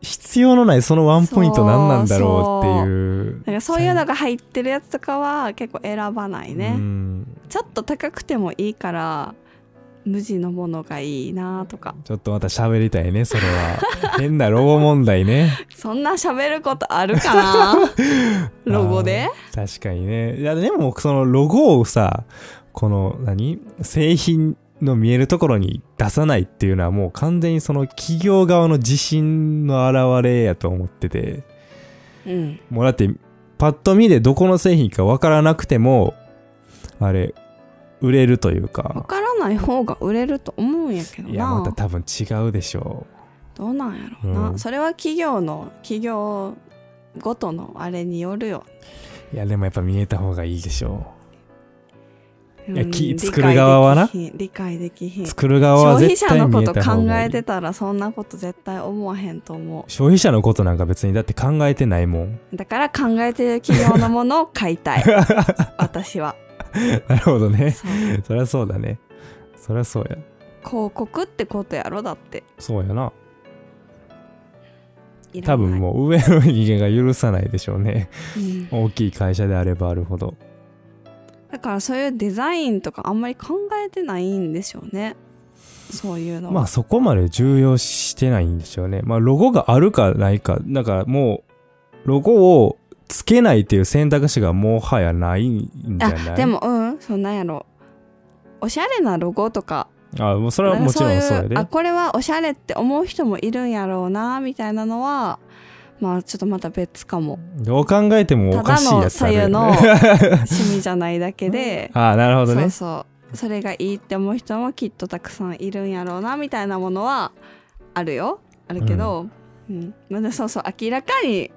Speaker 2: 必要のないそのワンポイント何なんだろうっていう
Speaker 1: なんかそういうのが入ってるやつとかは結構選ばないね、
Speaker 2: うん
Speaker 1: ちょっと高くてもいいから無地のものがいいなとか
Speaker 2: ちょっとまた喋りたいねそれは変なロゴ問題ね
Speaker 1: そんな喋ることあるかな ロゴで
Speaker 2: 確かにねいやでもそのロゴをさこの何製品の見えるところに出さないっていうのはもう完全にその企業側の自信の表れやと思ってて
Speaker 1: うん
Speaker 2: もうだってパッと見でどこの製品かわからなくてもあれ売れるとい
Speaker 1: 分
Speaker 2: うか
Speaker 1: からない方が売れると思うんやけど
Speaker 2: いやまた
Speaker 1: な
Speaker 2: 多分違うでしょ
Speaker 1: どうなんやろうな、
Speaker 2: うん
Speaker 1: それは企業の企業ごとのあれによるよ、
Speaker 2: ういやでもやっぱ見えた方がいいでしょ
Speaker 1: う
Speaker 2: いやき作る側はな
Speaker 1: 理解できひ
Speaker 2: うん作る側
Speaker 1: 消
Speaker 2: は
Speaker 1: 費
Speaker 2: 絶
Speaker 1: 者
Speaker 2: 対
Speaker 1: の
Speaker 2: 見
Speaker 1: こ
Speaker 2: え
Speaker 1: と
Speaker 2: た方
Speaker 1: 考
Speaker 2: がい
Speaker 1: え
Speaker 2: い
Speaker 1: てたらそんなこと絶対思わへんと思
Speaker 2: 消費者のことなんか別にだって考えてないもん
Speaker 1: うだから考えてる企業のものを買いたい私は
Speaker 2: なるほどね。
Speaker 1: そう
Speaker 2: そりゃそうだね。そりゃそうや。
Speaker 1: 広告ってことやろだって
Speaker 2: そうやな。
Speaker 1: いら
Speaker 2: 多
Speaker 1: ない
Speaker 2: 分もう上の人間が許さないでしょうね。
Speaker 1: うん
Speaker 2: 大きい会社であればあるほど。
Speaker 1: だからそういうデザインとかあんまり考えてないんでしょうねそういうのは
Speaker 2: まあそこまで重要してないんでしょうね。まあロゴがあるかないか、だからもう、ロゴをつけないっていう選択肢がもはやないんじゃない
Speaker 1: あで。もうんそんなんやろおしゃれなロゴとか
Speaker 2: あ、もうそれはもちろんそう
Speaker 1: な
Speaker 2: や
Speaker 1: んか
Speaker 2: で
Speaker 1: い。あこれはおしゃれって思う人もいるんやろうなみたいなのはまあちょっとまた別かも
Speaker 2: どう考えてもお
Speaker 1: た
Speaker 2: か
Speaker 1: だ
Speaker 2: しいや
Speaker 1: の
Speaker 2: つ
Speaker 1: 左
Speaker 2: あ
Speaker 1: 右
Speaker 2: るよね。
Speaker 1: の趣味じゃないだけで
Speaker 2: あ、なるほど
Speaker 1: そう
Speaker 2: ね。
Speaker 1: そうそれがいいって思う人もきっとたくさんいるんやろうなみたいなものはあるよあるけど、うんまだそうそう明らかに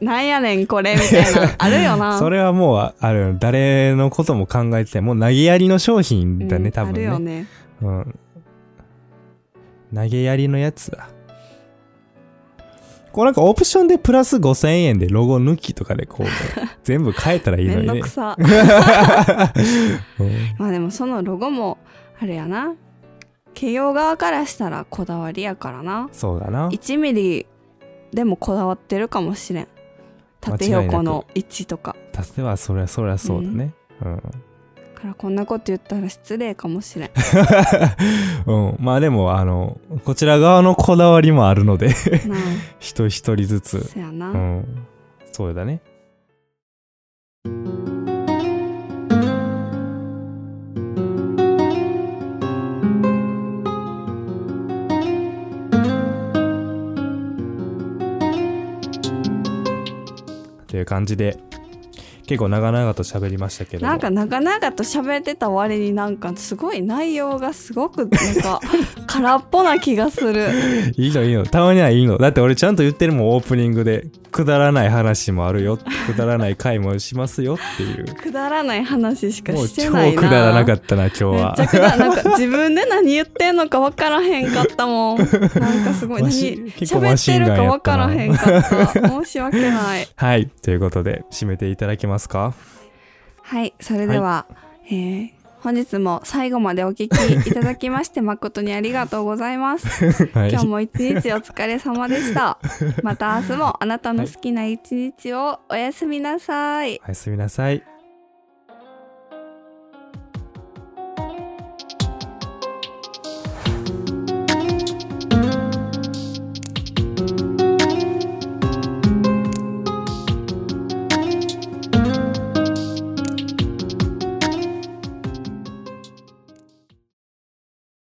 Speaker 1: なんやねんこれみたいなあるよな
Speaker 2: それはもうあある誰のことも考えててもう投げやりの商品だね、
Speaker 1: うん
Speaker 2: 多分
Speaker 1: ある
Speaker 2: ね
Speaker 1: よね
Speaker 2: うん、投げやりのやつだこうなんかオプションでプラス5000円でロゴ抜きとか でこう全部変えたらいい
Speaker 1: め
Speaker 2: の
Speaker 1: ん
Speaker 2: に
Speaker 1: ど
Speaker 2: ね
Speaker 1: く、 さ
Speaker 2: うん
Speaker 1: まあでもそのロゴもあれやな企業側からしたらこだわりやからな
Speaker 2: そうだな
Speaker 1: 1ミリでもこだわってるかもしれん縦横の位置とか
Speaker 2: 足せばそりゃそりゃそうだねうん、
Speaker 1: だからこんなこと言ったら失礼かもしれん
Speaker 2: うん、まあでもあのこちら側のこだわりもあるので
Speaker 1: なあ
Speaker 2: 人一人ずつ
Speaker 1: そやな、
Speaker 2: うん、そうだね。という感じで結構長々と喋りましたけども
Speaker 1: なんか長々と喋ってた割になんかすごい内容がすごくなん か空っぽな気がする
Speaker 2: いいのいいのたまにはいいのだって俺ちゃんと言ってるもんオープニングでくだらない話もあるよくだらない回もしますよっていう
Speaker 1: くだらない話しか
Speaker 2: もう
Speaker 1: して
Speaker 2: 超
Speaker 1: ないな
Speaker 2: くだらなかったな今日
Speaker 1: めっ
Speaker 2: は
Speaker 1: ちゃくだなんか自分で何言ってんのか分からへんかったもんなんかすごい
Speaker 2: マ
Speaker 1: 何
Speaker 2: シ結構
Speaker 1: 喋
Speaker 2: マ
Speaker 1: っ
Speaker 2: シ
Speaker 1: て
Speaker 2: ン
Speaker 1: るか
Speaker 2: ガンや
Speaker 1: 分
Speaker 2: っ
Speaker 1: か
Speaker 2: たな
Speaker 1: らへんかった申し訳ない
Speaker 2: はいということで締めていただけますか
Speaker 1: はい、それでは、えー本日も最後までお聞きいただきまして誠にありがとうございます。
Speaker 2: はい
Speaker 1: 今日も一日お疲れ様でした。また明日もあなたの好きな一日をおやすみなさい。
Speaker 2: おやすみなさい